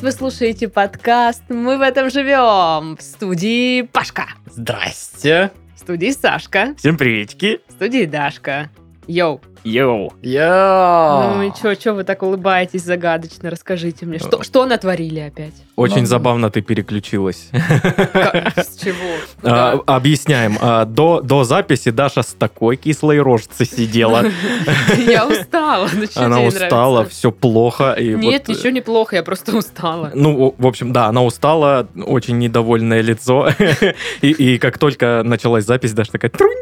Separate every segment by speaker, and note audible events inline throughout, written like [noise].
Speaker 1: Вы слушаете подкаст «Мы в этом живем» в студии Пашка,
Speaker 2: Здрасте.
Speaker 1: в студии Сашка,
Speaker 2: Всем приветики.
Speaker 1: в студии Дашка. Йоу.
Speaker 2: Йоу.
Speaker 3: А.
Speaker 1: Ну и чё, чё вы так улыбаетесь загадочно? Расскажите мне, что, что натворили опять?
Speaker 3: Очень
Speaker 2: Ну,
Speaker 3: забавно ты переключилась.
Speaker 1: Как- С чего?
Speaker 3: А,
Speaker 1: Да.
Speaker 3: Объясняем. А, До до записи Даша с такой кислой рожицей сидела.
Speaker 1: [laughs] Я устала. Ну, чё
Speaker 3: Она
Speaker 1: тебе
Speaker 3: устала,
Speaker 1: нравится?
Speaker 3: все плохо. и
Speaker 1: Нет,
Speaker 3: вот, э,
Speaker 1: ничего неплохо, я просто устала.
Speaker 3: Ну, о- в общем, да, она устала, очень недовольное лицо. [laughs] И, и как только началась запись, Даша такая, трунь,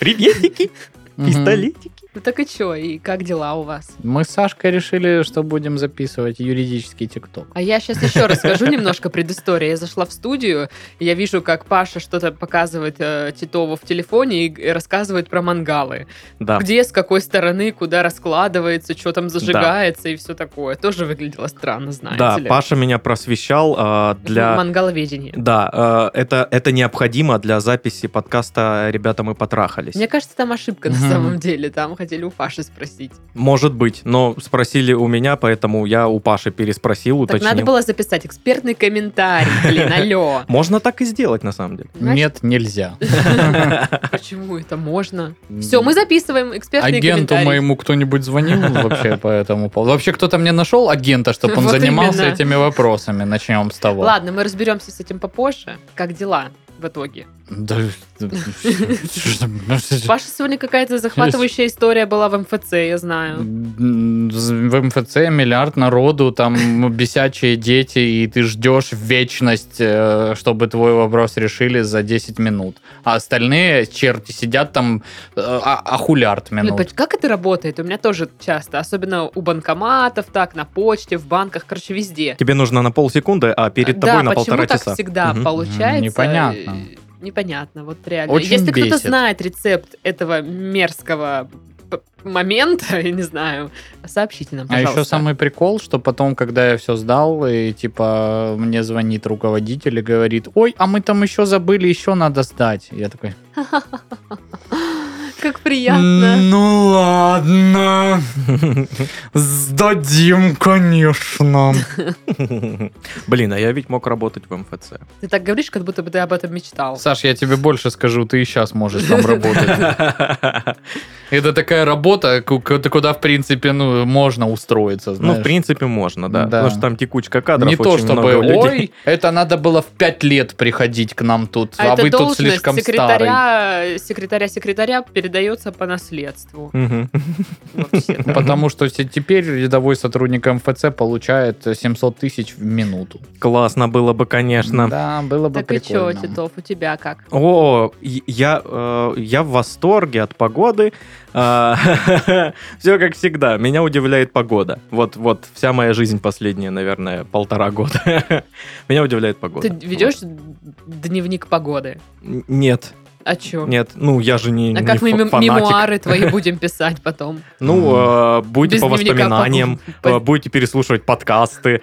Speaker 3: приветики, пистолетики.
Speaker 1: Ну так и чё, и как дела у вас?
Speaker 2: Мы с Сашкой решили, что будем записывать юридический тикток.
Speaker 1: А я сейчас еще расскажу немножко предысторию. Я зашла в студию, и я вижу, как Паша что-то показывает э, Титову в телефоне и г- рассказывает про мангалы.
Speaker 3: Да.
Speaker 1: Где, с какой стороны, куда раскладывается, что там зажигается и все такое. Тоже выглядело странно, знаете
Speaker 3: Да,
Speaker 1: ли.
Speaker 3: Паша меня просвещал а, для...
Speaker 1: Мангаловедения.
Speaker 3: Да, э, это, это необходимо для записи подкаста «Ребята, мы потрахались».
Speaker 1: Мне кажется, там ошибка на
Speaker 2: Мгм.
Speaker 1: самом деле. Там хотели у Паши спросить.
Speaker 3: Может быть, но спросили у меня, поэтому я у Паши переспросил,
Speaker 1: Так
Speaker 3: уточнил.
Speaker 1: надо было записать экспертный комментарий. Блин, алло.
Speaker 3: Можно так и сделать, на самом деле.
Speaker 1: Знаешь,
Speaker 2: Нет, нельзя.
Speaker 1: Почему это можно? Все, мы записываем экспертный
Speaker 2: Агенту
Speaker 1: комментарий.
Speaker 2: моему кто-нибудь звонил вообще по этому поводу? Вообще кто-то мне нашел агента, чтобы он
Speaker 1: Вот
Speaker 2: занимался
Speaker 1: именно.
Speaker 2: этими вопросами? Начнем с того.
Speaker 1: Ладно, мы разберемся с этим попозже. Как дела в итоге?
Speaker 2: Да, да, что ж там, ну, что ж-
Speaker 1: Паша сегодня какая-то захватывающая история была в МФЦ, я знаю.
Speaker 2: М, В МФЦ миллиард народу, там [laughs] бесячие дети, и ты ждешь вечность, э, чтобы твой вопрос решили за 10 минут. А остальные черти сидят там э, а- ахулярд
Speaker 3: ну.
Speaker 1: Блин,
Speaker 2: минут.
Speaker 1: поч- как это работает? У меня тоже часто, особенно у банкоматов, так, на почте, в банках, короче, везде.
Speaker 3: Тебе нужно на полсекунды, а перед
Speaker 1: да,
Speaker 3: тобой на
Speaker 1: почему
Speaker 3: полтора
Speaker 1: так
Speaker 3: часа.
Speaker 1: всегда
Speaker 3: Мгм.
Speaker 1: получается?
Speaker 2: Непонятно.
Speaker 1: э, Непонятно, вот реально.
Speaker 2: Очень
Speaker 1: Если кто-то
Speaker 2: бесит.
Speaker 1: знает рецепт этого мерзкого п- момента, [laughs] я не знаю, сообщите нам,
Speaker 2: А
Speaker 1: пожалуйста.
Speaker 2: еще самый прикол, что потом, когда я все сдал, и типа мне звонит руководитель и говорит, ой, а мы там еще забыли, еще надо сдать. Я такой,
Speaker 1: Как приятно.
Speaker 2: ну ладно, сдадим, конечно.
Speaker 3: [laughs] Блин, а я ведь мог работать в
Speaker 2: [laughs]
Speaker 3: МФЦ.
Speaker 1: Ты так говоришь, как будто бы ты об этом мечтал.
Speaker 2: Саш, я тебе больше скажу, ты и сейчас можешь там
Speaker 3: [laughs]
Speaker 2: работать. Это такая работа, ку- ку- ты куда, в принципе, ну, можно устроиться,
Speaker 3: Ну,
Speaker 2: знаешь.
Speaker 3: в принципе, можно, да.
Speaker 2: Да.
Speaker 3: Потому что там текучка кадров,
Speaker 2: не то,
Speaker 3: очень много
Speaker 2: чтобы,
Speaker 3: людей.
Speaker 2: ой, это надо было в пять лет приходить к нам тут, а,
Speaker 1: это
Speaker 2: вы тут
Speaker 1: должность
Speaker 2: слишком старый.
Speaker 1: секретаря, секретаря секретаря передается по наследству.
Speaker 3: Мгм.
Speaker 1: вообще-то.
Speaker 2: Потому что те- теперь рядовой сотрудник МФЦ получает 700 тысяч в минуту.
Speaker 3: Классно было бы, конечно.
Speaker 2: Да, было бы
Speaker 1: Так и чё,
Speaker 2: прикольно.
Speaker 1: Титов, у тебя как?
Speaker 3: О, и- я, э, я в восторге от погоды. [laughs] Все как всегда. Меня удивляет погода. Вот, вот вся моя жизнь последние, наверное, полтора года. [laughs] Меня удивляет погода.
Speaker 1: Ты ведешь дневник погоды?
Speaker 3: Н- Нет,
Speaker 1: А чё?
Speaker 3: нет. Ну, я же не,
Speaker 1: А
Speaker 3: не
Speaker 1: как мы
Speaker 3: фа-
Speaker 1: мем-
Speaker 3: фанатик.
Speaker 1: мемуары твои будем писать
Speaker 3: [laughs]
Speaker 1: потом?
Speaker 3: Ну, э, будете
Speaker 1: Без
Speaker 3: по
Speaker 1: дневника
Speaker 3: воспоминаниям,
Speaker 1: погоды.
Speaker 3: э, будете переслушивать подкасты.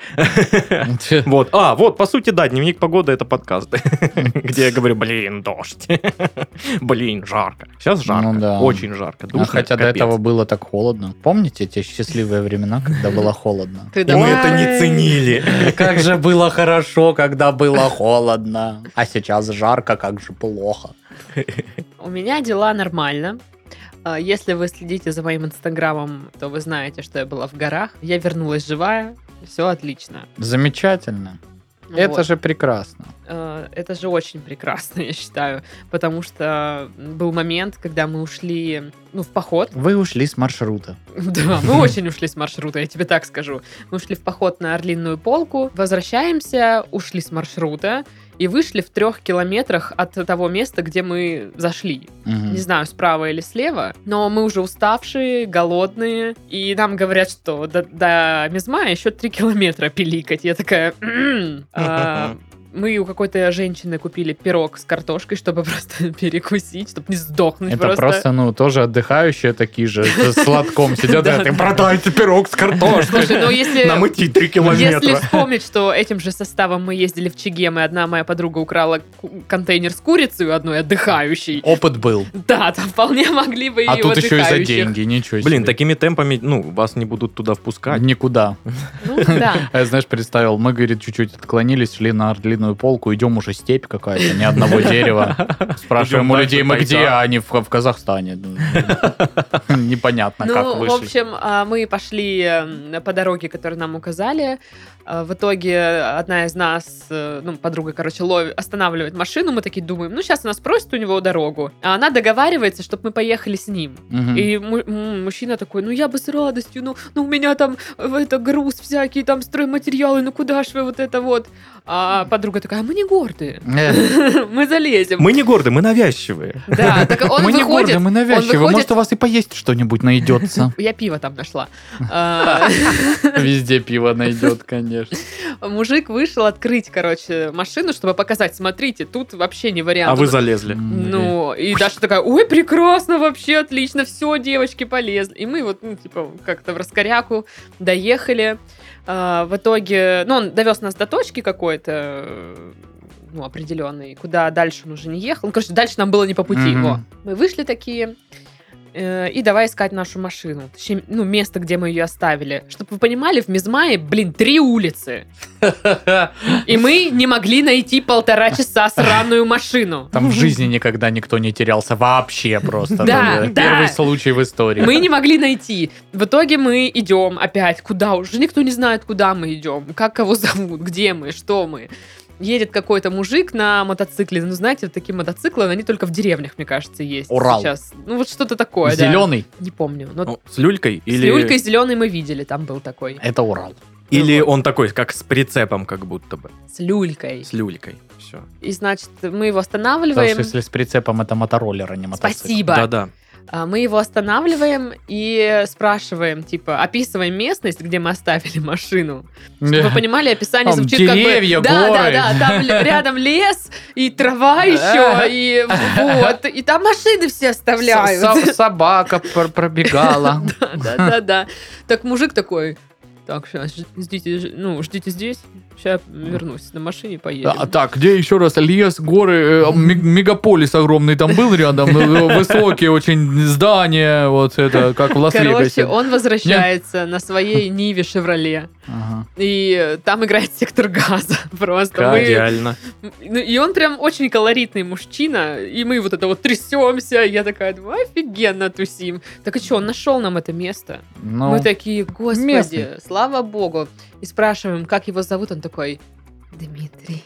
Speaker 2: Ть,
Speaker 3: Вот. А, вот, по сути, да, дневник погоды это подкасты, [laughs] где я говорю, блин, дождь, [laughs] блин, жарко. Сейчас жарко,
Speaker 2: [laughs] Ну да.
Speaker 3: очень жарко,
Speaker 2: а
Speaker 3: душно,
Speaker 2: хотя до
Speaker 3: капец.
Speaker 2: этого было так холодно. Помните те счастливые времена, когда было холодно?
Speaker 1: Ты
Speaker 3: И мы
Speaker 1: давай.
Speaker 3: это не ценили. [laughs]
Speaker 2: Как же было хорошо, когда было холодно. А сейчас жарко, как же плохо.
Speaker 1: У меня дела нормально. А, Если вы следите за моим инстаграмом, то вы знаете, что я была в горах. Я вернулась живая, все отлично.
Speaker 2: Замечательно. Это
Speaker 1: Ну Вот.
Speaker 2: же прекрасно.
Speaker 1: Э, это же очень прекрасно, [laughs] я считаю, потому что был момент, когда мы ушли, ну, в поход. [laughs]
Speaker 2: Вы ушли с маршрута.
Speaker 1: Да, мы очень ушли с маршрута, я тебе так скажу. Мы ушли в поход на Орлинную полку, возвращаемся, ушли с маршрута и вышли в трех километрах от того места, где мы зашли.
Speaker 2: Мгм.
Speaker 1: Не знаю, справа или слева, но мы уже уставшие, голодные, и нам говорят,
Speaker 2: [laughs]
Speaker 1: что до, до Мизма еще три километра пиликать. Я такая... «М, «М-м, а, Мы у какой-то женщины купили пирог с картошкой, чтобы [laughs] просто перекусить, чтобы не сдохнуть
Speaker 2: Это просто, ну, тоже отдыхающие такие же, с сладком
Speaker 1: [laughs]
Speaker 2: сидят, а
Speaker 1: Да,
Speaker 2: говорят, им
Speaker 1: да.
Speaker 2: продайте пирог с
Speaker 1: [laughs] Слушай,
Speaker 2: картошкой.
Speaker 1: ну
Speaker 2: [laughs]
Speaker 1: если...
Speaker 2: Нам идти 3
Speaker 1: Если
Speaker 2: километра.
Speaker 1: вспомнить, что этим же составом мы ездили в Чегем, и одна моя подруга украла ку- контейнер с курицей у одной отдыхающей.
Speaker 2: Опыт был.
Speaker 1: Да, там вполне могли бы
Speaker 2: А
Speaker 1: и у
Speaker 2: тут еще и за
Speaker 1: отдыхающих.
Speaker 2: деньги, ничего себе.
Speaker 3: Блин, такими темпами, ну, вас не будут туда впускать.
Speaker 2: Никуда.
Speaker 1: Ну да.
Speaker 2: А Я, знаешь, представил, мы, говорит, чуть-чуть отклонились, шли на длинную полку, идем уже степь какая-то, ни
Speaker 3: [laughs]
Speaker 2: одного дерева. Спрашиваем
Speaker 3: Идем
Speaker 2: у
Speaker 3: дальше
Speaker 2: людей, мы
Speaker 3: по
Speaker 2: где,
Speaker 3: лесам.
Speaker 2: а они в, в Казахстане. Ну, [laughs] Непонятно, как
Speaker 1: Ну, в
Speaker 2: вышли.
Speaker 1: общем, а, мы пошли э, по дороге, которую нам указали. А, В итоге одна из нас, э, ну, подруга, короче, лови- останавливает машину. Мы такие думаем, ну, сейчас нас просит у него дорогу. А она договаривается, чтобы мы поехали с ним.
Speaker 2: Мгм.
Speaker 1: И му- м, мужчина такой, ну я бы с радостью, ну, ну у меня там э, это груз всякие, там стройматериалы, ну куда ж вы вот это вот. А подруга такая, «А мы не гордые, [laughs]
Speaker 2: Э,
Speaker 1: мы залезем.
Speaker 3: Мы не горды, мы навязчивые.
Speaker 1: Да, так он
Speaker 2: [laughs] Мы не
Speaker 1: выходит,
Speaker 2: горды, мы навязчивы.
Speaker 1: выходит-
Speaker 2: Может, у вас и поесть
Speaker 1: [laughs]
Speaker 2: что-нибудь найдется.
Speaker 1: я пиво там
Speaker 2: [laughs]
Speaker 1: нашла. А,
Speaker 2: Везде пиво найдет,
Speaker 1: [laughs]
Speaker 2: конечно.
Speaker 1: Мужик вышел открыть, короче, машину, чтобы показать, смотрите, тут вообще не вариант.
Speaker 3: А вы залезли.
Speaker 1: Ну, и Даша такая, ой, прекрасно, вообще отлично, все, девочки, полезли. И мы вот, ну, типа, как-то в раскоряку доехали. А, в итоге, ну, он довез нас до точки какой-то, э, ну, определенной, куда дальше он уже не ехал. Ну, короче, дальше нам было не по пути
Speaker 2: Мгм.
Speaker 1: его. Мы вышли такие, э, и давай искать нашу машину. Точнее, ну, место, где мы ее оставили. Чтобы вы понимали, в Мизмае, блин, три улицы. И мы не могли найти полтора часа сраную машину. [laughs]
Speaker 2: Там в жизни никогда никто не терялся вообще просто.
Speaker 1: Да, да.
Speaker 2: Первый случай в истории.
Speaker 1: Мы не могли найти. В итоге мы идем опять. Куда уже? Никто не знает, куда мы идем, как кого [laughs] зовут, где мы, что мы. Едет какой-то мужик на мотоцикле. Ну, знаете, вот такие мотоциклы, они только в деревнях, мне кажется, есть
Speaker 2: Урал.
Speaker 1: сейчас. Ну, вот что-то такое, да.
Speaker 2: Зеленый
Speaker 1: Не помню. Но
Speaker 3: Ну, С люлькой?
Speaker 1: с
Speaker 3: Или,
Speaker 1: Люлькой зеленый мы видели, там был такой.
Speaker 2: это Урал.
Speaker 3: или он такой, как с прицепом, как будто бы.
Speaker 1: С Люлькой.
Speaker 3: С люлькой. Все.
Speaker 1: И, значит, мы его
Speaker 2: Потому
Speaker 1: останавливаем.
Speaker 2: что если с прицепом, это мотороллер, а не мотоцикл.
Speaker 1: Спасибо.
Speaker 3: Да-да.
Speaker 1: А Мы его останавливаем и спрашиваем, типа, описываем местность, где мы оставили [laughs] машину. Чтобы Вы понимали, описание
Speaker 2: Там
Speaker 1: звучит как бы...
Speaker 2: деревья,
Speaker 1: да,
Speaker 2: горы.
Speaker 1: да, да, там
Speaker 2: [laughs]
Speaker 1: л- рядом лес и трава еще, и вот, и там машины все оставляют.
Speaker 2: Со- со- Собака
Speaker 1: [laughs]
Speaker 2: пр- пробегала.
Speaker 1: Да, [laughs] да, да, да. Так мужик такой, так, сейчас ждите, ж- ну, ждите здесь, сейчас вернусь на машине, поедем.
Speaker 2: А, Так, где еще раз? Лес, горы, э, ме- мегаполис огромный там был рядом, э, высокие очень здания, вот это, как в
Speaker 1: Короче,
Speaker 2: Лас-Вегасе.
Speaker 1: он возвращается на
Speaker 2: [laughs]
Speaker 1: своей Ниве Шевроле.
Speaker 2: Ага.
Speaker 1: И э, там играет сектор газа [laughs] просто. Мы- [laughs]
Speaker 3: Идеально.
Speaker 1: Ну, И он прям очень колоритный мужчина, и мы вот это вот трясемся, я такая, думаю, офигенно тусим. Так и что, он нашел нам это место?
Speaker 2: Ну, [laughs]
Speaker 1: мы такие, господи,
Speaker 2: местный.
Speaker 1: слава богу. И спрашиваем, как его зовут, он такой, Дмитрий.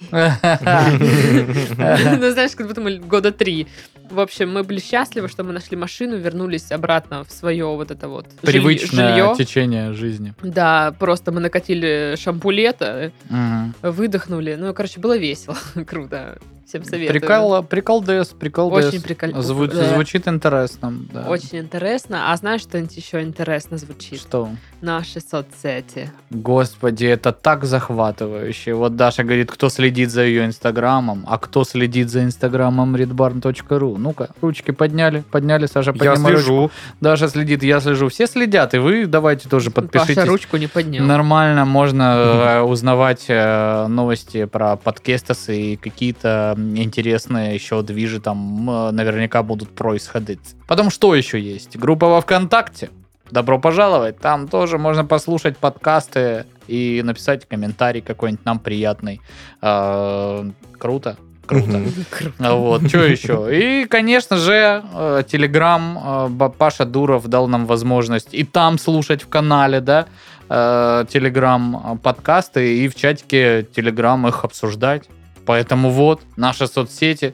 Speaker 1: [laughs] Ну, знаешь, как будто мы года три. В общем, мы были счастливы, что мы нашли машину, вернулись обратно в свое вот это вот жиль-
Speaker 2: привычное
Speaker 1: жилье.
Speaker 2: течение жизни.
Speaker 1: Да, просто мы накатили шампулета,
Speaker 2: Мгм.
Speaker 1: выдохнули. Ну, короче, было весело, [laughs] круто. Всем советую.
Speaker 2: Прикол, прикол ДС, прикол
Speaker 1: Очень
Speaker 2: ДС.
Speaker 1: прикольно.
Speaker 2: Зву-
Speaker 1: Да.
Speaker 2: Звучит интересно. да.
Speaker 1: Очень интересно. А знаешь, что-нибудь еще интересно звучит?
Speaker 2: Что?
Speaker 1: Наши соцсети.
Speaker 2: Господи, это так захватывающе. Вот Даша говорит, кто следит за ее инстаграмом, а кто следит за инстаграмом redbarn.ru. Ну-ка, ручки подняли, подняли, Саша,
Speaker 3: Я
Speaker 2: поднимай ручку.
Speaker 1: [laughs]
Speaker 3: слежу.
Speaker 2: Даша следит, я слежу. Все следят, и вы давайте тоже подпишитесь.
Speaker 1: Паша ручку не поднял.
Speaker 2: Нормально, можно э, узнавать э, новости про подкестасы и какие-то м, интересные еще движи там э, наверняка будут происходить. Потом что еще есть? Группа во ВКонтакте. Добро пожаловать. Там тоже можно послушать подкасты и написать комментарий какой-нибудь нам приятный. Э, Круто. Круто.
Speaker 3: Мгм.
Speaker 1: [laughs] Круто.
Speaker 2: А Вот, что еще? И, конечно же, э, Телеграм, э, Ба- Паша Дуров дал нам возможность и там слушать в канале, да, э, Телеграм э, подкасты и в чатике Телеграм их обсуждать. Поэтому вот, наши соцсети,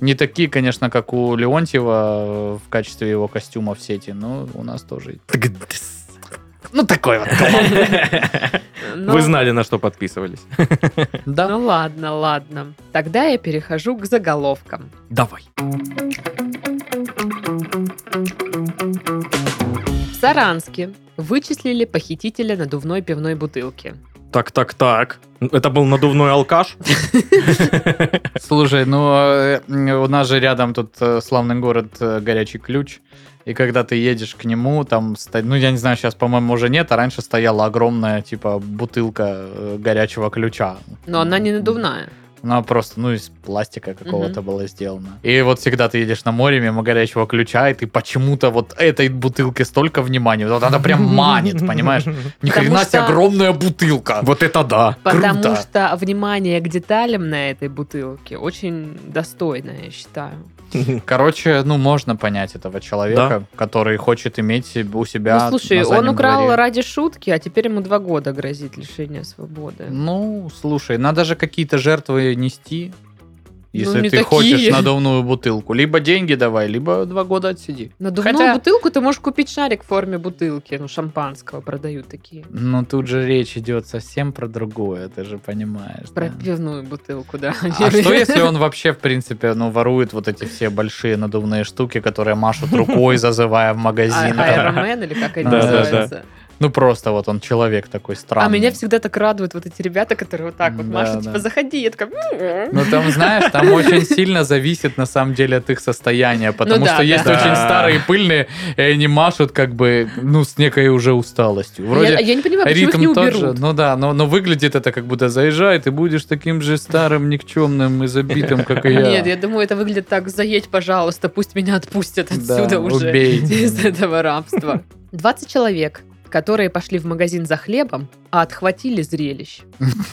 Speaker 2: не такие, конечно, как у Леонтьева э, в качестве его костюма в сети, но у нас тоже. Ну, такой вот. [laughs]
Speaker 1: Ну,
Speaker 3: Вы знали, на что подписывались.
Speaker 2: Да.
Speaker 1: Ну ладно, ладно. Тогда я перехожу к заголовкам.
Speaker 3: Давай.
Speaker 1: В Саранске вычислили похитителя надувной пивной бутылки.
Speaker 3: так, так, так. Это был надувной алкаш?
Speaker 2: Слушай, ну э, у нас же рядом тут э, славный город э, Горячий Ключ. И когда ты едешь к нему, там, ста- ну я не знаю, сейчас, по-моему, уже нет, а раньше стояла огромная, типа, бутылка э, горячего ключа.
Speaker 1: Но она не надувная.
Speaker 2: Она просто, ну, из пластика какого-то была сделана. И вот всегда ты едешь на море мимо горячего ключа, и ты почему-то вот этой бутылке столько внимания, вот она прям манит, понимаешь?
Speaker 1: Потому
Speaker 2: Ни хрена себе
Speaker 1: что-
Speaker 2: огромная бутылка.
Speaker 3: Вот это да.
Speaker 1: Потому
Speaker 2: Круто.
Speaker 1: что внимание к деталям на этой бутылке очень достойное, я считаю.
Speaker 2: Короче, ну, можно понять этого человека, который хочет иметь у себя
Speaker 1: ну, слушай,
Speaker 2: на
Speaker 1: он
Speaker 2: заднем
Speaker 1: украл
Speaker 2: дворе.
Speaker 1: ради шутки, а теперь ему два года грозит лишение свободы.
Speaker 2: Ну, слушай, надо же какие-то жертвы нести, если
Speaker 1: Ну, не
Speaker 2: ты
Speaker 1: такие.
Speaker 2: хочешь надувную бутылку. Либо деньги давай, либо два года отсиди.
Speaker 1: Надувную
Speaker 2: Хотя-
Speaker 1: бутылку ты можешь купить шарик в форме бутылки. Ну, шампанского продают такие.
Speaker 2: Но тут же речь идет совсем про другое, ты же понимаешь.
Speaker 1: Про
Speaker 2: да?
Speaker 1: пивную бутылку, да.
Speaker 2: А что если он вообще, в принципе, ну, ворует вот эти все большие надувные штуки, которые машут
Speaker 1: [laughs]
Speaker 2: рукой, зазывая в
Speaker 1: А-
Speaker 2: магазин? там?
Speaker 1: Iron Man или как они
Speaker 2: Да, да, да.
Speaker 1: называются?
Speaker 2: Ну, просто вот он человек такой странный.
Speaker 1: А меня всегда так радуют вот эти ребята, которые вот так вот
Speaker 2: Да,
Speaker 1: машут,
Speaker 2: да.
Speaker 1: типа, заходи. Я такая... «М-м».
Speaker 2: Ну, там, знаешь,
Speaker 1: [laughs]
Speaker 2: там очень сильно зависит, на самом деле, от их состояния, потому
Speaker 1: Ну да,
Speaker 2: что есть
Speaker 3: да.
Speaker 2: очень
Speaker 3: Да.
Speaker 2: старые пыльные, и они машут как бы, ну, с некой уже усталостью.
Speaker 1: Я
Speaker 2: Вроде
Speaker 1: я не понимаю, почему их не
Speaker 2: ритм тот же,
Speaker 1: уберут.
Speaker 2: ну да, но, но выглядит это как будто заезжай, ты будешь таким же старым, никчемным и забитым, как и я.
Speaker 1: Нет, я думаю, это выглядит так. Заедь, пожалуйста, пусть меня отпустят
Speaker 2: Да,
Speaker 1: отсюда уже. [laughs]
Speaker 2: убейте
Speaker 1: Из
Speaker 2: меня.
Speaker 1: этого [laughs] рабства. 20 человек, которые пошли в магазин за хлебом, а отхватили зрелищ.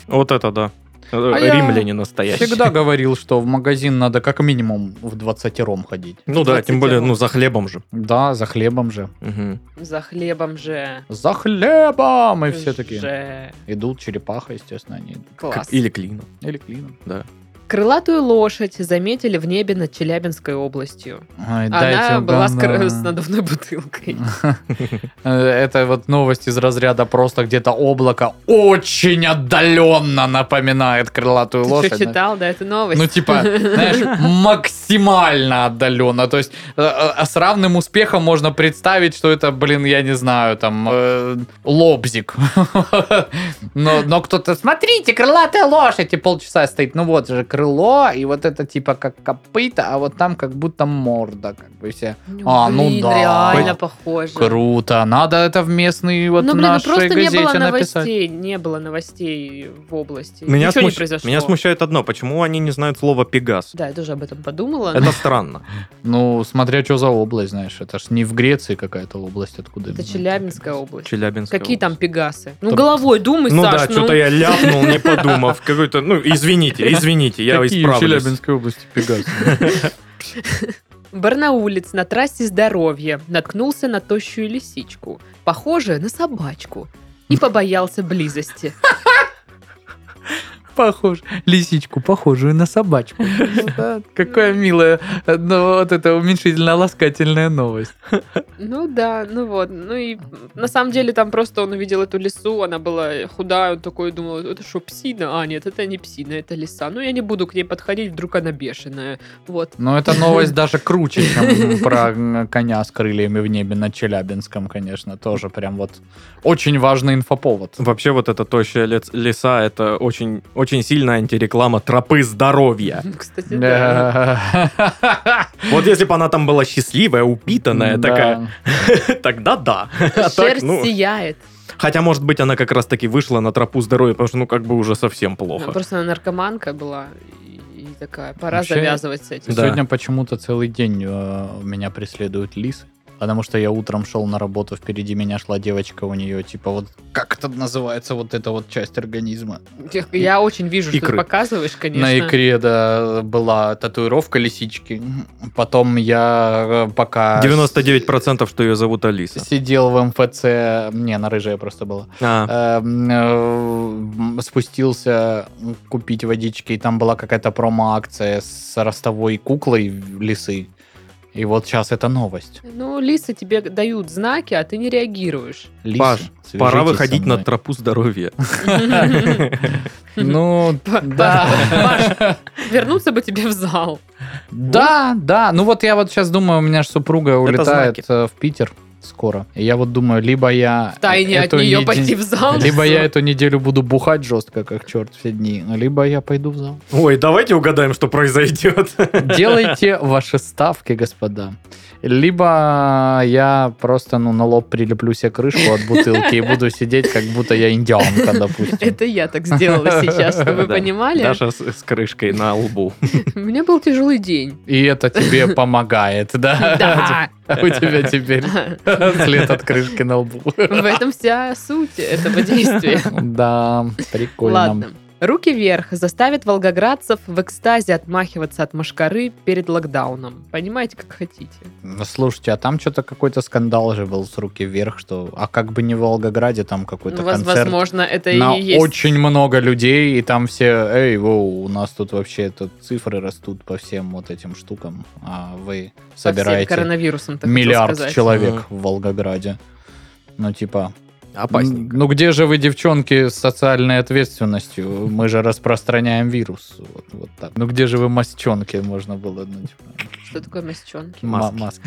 Speaker 3: Вот это да.
Speaker 2: я
Speaker 3: Римляне настоящие.
Speaker 2: Всегда говорил, что в магазин надо как минимум в двадцатером ходить.
Speaker 3: [laughs] Ну да, тем более, ну, за хлебом же.
Speaker 2: Да, за хлебом же.
Speaker 3: Мгм.
Speaker 1: За хлебом же.
Speaker 2: За хлебом! И все такие
Speaker 1: Же.
Speaker 2: идут черепаха, естественно, они идут.
Speaker 1: Класс.
Speaker 3: Или клином.
Speaker 2: Или клином.
Speaker 1: Крылатую лошадь заметили в небе над Челябинской областью.
Speaker 2: Ой, дайте
Speaker 1: Она была с, кр-
Speaker 2: угадаю.
Speaker 1: с надувной бутылкой.
Speaker 2: Э, Это вот новость из разряда просто где-то облако очень отдаленно напоминает крылатую
Speaker 1: Ты
Speaker 2: лошадь.
Speaker 1: что, читал, да, эту новость?
Speaker 2: Ну,
Speaker 1: [laughs]
Speaker 2: типа, знаешь, максимально отдаленно. То есть э, э, с равным успехом можно представить, что это, блин, я не знаю, там, э, лобзик. Но, но кто-то, смотрите, крылатая лошадь, и полчаса стоит. Ну вот же крыло, и вот это типа как копыта, а вот там как будто морда, как бы все. А, ну
Speaker 1: блин,
Speaker 2: да.
Speaker 1: реально похоже.
Speaker 2: Круто, надо это в местный вот
Speaker 1: ну, блин, ну
Speaker 2: нашей
Speaker 1: просто не
Speaker 2: газете
Speaker 1: было
Speaker 2: написать.
Speaker 1: новостей, не было новостей в области.
Speaker 3: Меня,
Speaker 1: Ничего не
Speaker 3: смущ-
Speaker 1: произошло.
Speaker 3: Меня смущает одно, почему они не знают слово «пегас».
Speaker 1: Да, я тоже об этом подумала.
Speaker 2: Э,
Speaker 3: Это странно.
Speaker 2: Ну, смотря что за область, знаешь, это ж не в Греции какая-то область, откуда.
Speaker 1: Это
Speaker 2: именно
Speaker 1: Челябинская область.
Speaker 3: Челябинская
Speaker 1: Какие там
Speaker 3: область.
Speaker 1: пегасы? Ну,
Speaker 3: Там-
Speaker 1: головой думай,
Speaker 3: Ну
Speaker 1: Саш.
Speaker 3: да, что-то я ляпнул, не подумав. Какой-то, ну, извините, извините, я
Speaker 2: Какие в
Speaker 3: исправлюсь.
Speaker 2: Челябинской области пегас?
Speaker 1: Барнаулец на трассе здоровья наткнулся на тощую лисичку, похожую на собачку,
Speaker 3: [laughs]
Speaker 1: и побоялся близости.
Speaker 2: [laughs] Похож. Лисичку, похожую на собачку.
Speaker 1: [laughs] Ну
Speaker 2: Да, Какая милая, но вот это уменьшительно-ласкательная новость.
Speaker 1: Ну да, ну вот. Ну и на самом деле там просто он увидел эту лису, она была худая, он такой думал, это что, псина? А, нет, это не псина, это лиса. Ну я не буду к ней подходить, вдруг она бешеная. Вот. [laughs]
Speaker 2: Но эта новость даже круче, чем про м, коня с крыльями в небе на Челябинском, конечно, тоже прям вот очень важный инфоповод.
Speaker 3: Вообще вот эта тощая лес- леса, это очень, очень сильная антиреклама тропы здоровья.
Speaker 1: Кстати, да.
Speaker 2: Да.
Speaker 3: Вот если бы она там была счастливая, упитанная
Speaker 2: Да.
Speaker 3: такая, [laughs] тогда да. [laughs] А так,
Speaker 1: Шерсть
Speaker 3: ну,
Speaker 1: сияет.
Speaker 3: Хотя, может быть, она как раз-таки вышла на тропу здоровья, потому что, ну, как бы уже совсем
Speaker 1: Она
Speaker 3: плохо.
Speaker 1: Просто она наркоманка была и и такая, пора
Speaker 2: Вообще-
Speaker 1: завязывать с этим.
Speaker 3: Да.
Speaker 2: Сегодня почему-то целый день э, меня преследуют лисы. Потому что я утром шел на работу, впереди меня шла девочка, у нее типа вот как это называется вот эта вот часть организма.
Speaker 1: Я- Я очень вижу, что ты
Speaker 3: Икры.
Speaker 1: показываешь, конечно.
Speaker 2: На икре, да, была татуировка лисички. Потом я э, пока
Speaker 3: 99% что ее зовут Алиса.
Speaker 2: с- сидел в МФЦ, не, на рыжая просто была,
Speaker 3: А,
Speaker 2: Эм, э, спустился купить водички, и там была какая-то промо-акция с ростовой куклой лисы. И вот сейчас это новость.
Speaker 1: Ну, лисы тебе дают знаки, а ты не [laughs] реагируешь.
Speaker 2: Лисы,
Speaker 3: Паш,
Speaker 2: свяжитесь
Speaker 3: Пора
Speaker 2: Э, со
Speaker 3: выходить на
Speaker 2: мной.
Speaker 3: тропу
Speaker 2: [laughs]
Speaker 3: здоровья.
Speaker 2: Ну,
Speaker 1: П-
Speaker 2: да.
Speaker 1: Вернуться бы тебе в зал.
Speaker 2: Да, да. Ну вот я вот сейчас думаю, у меня же супруга улетает э, в Питер скоро. И я вот думаю, либо я...
Speaker 1: В тайне от
Speaker 2: эту
Speaker 1: нее
Speaker 2: неде-
Speaker 1: пойти в зал.
Speaker 2: Либо я эту неделю буду бухать жестко, как черт все дни, ну, либо я пойду в зал.
Speaker 3: Ой, давайте угадаем, что произойдет.
Speaker 2: Делайте ваши ставки, господа. Либо я просто ну, на лоб прилеплю себе крышку от бутылки и буду сидеть, как будто я индианка, допустим.
Speaker 1: Это я так сделала сейчас, чтобы вы
Speaker 3: Да.
Speaker 1: понимали.
Speaker 3: Даша с, с крышкой на лбу.
Speaker 1: У меня был тяжелый день.
Speaker 2: И это тебе помогает, [laughs] да?
Speaker 1: Да.
Speaker 2: А [laughs] У тебя теперь [laughs] след от крышки на лбу.
Speaker 1: В этом вся суть этого действия.
Speaker 2: [laughs] Да, прикольно.
Speaker 1: Ладно. Руки вверх заставит волгоградцев в экстазе отмахиваться от машкары перед локдауном. Понимаете, как хотите.
Speaker 2: Ну, Слушайте, а там что-то какой-то скандал же был с руки вверх, что... А как бы не в Волгограде, там какой-то
Speaker 1: Ну, воз-
Speaker 2: концерт
Speaker 1: возможно, это
Speaker 2: на
Speaker 1: и есть.
Speaker 2: очень много людей, и там все, эй, воу, у нас тут вообще тут цифры растут по всем вот этим штукам, а вы
Speaker 1: со всем
Speaker 2: собираете
Speaker 1: коронавирусом, так
Speaker 2: миллиард
Speaker 1: хотел сказать.
Speaker 2: человек
Speaker 3: Ага.
Speaker 2: в Волгограде. Ну, типа, м,
Speaker 3: Опасненько.
Speaker 2: ну где же вы, девчонки, с социальной ответственностью? Мы же распространяем вирус. Вот, вот так. Ну где же вы, мастенки, можно было, ну, типа,
Speaker 1: Что такое масчонки?
Speaker 2: м-
Speaker 3: Маски.
Speaker 2: маски.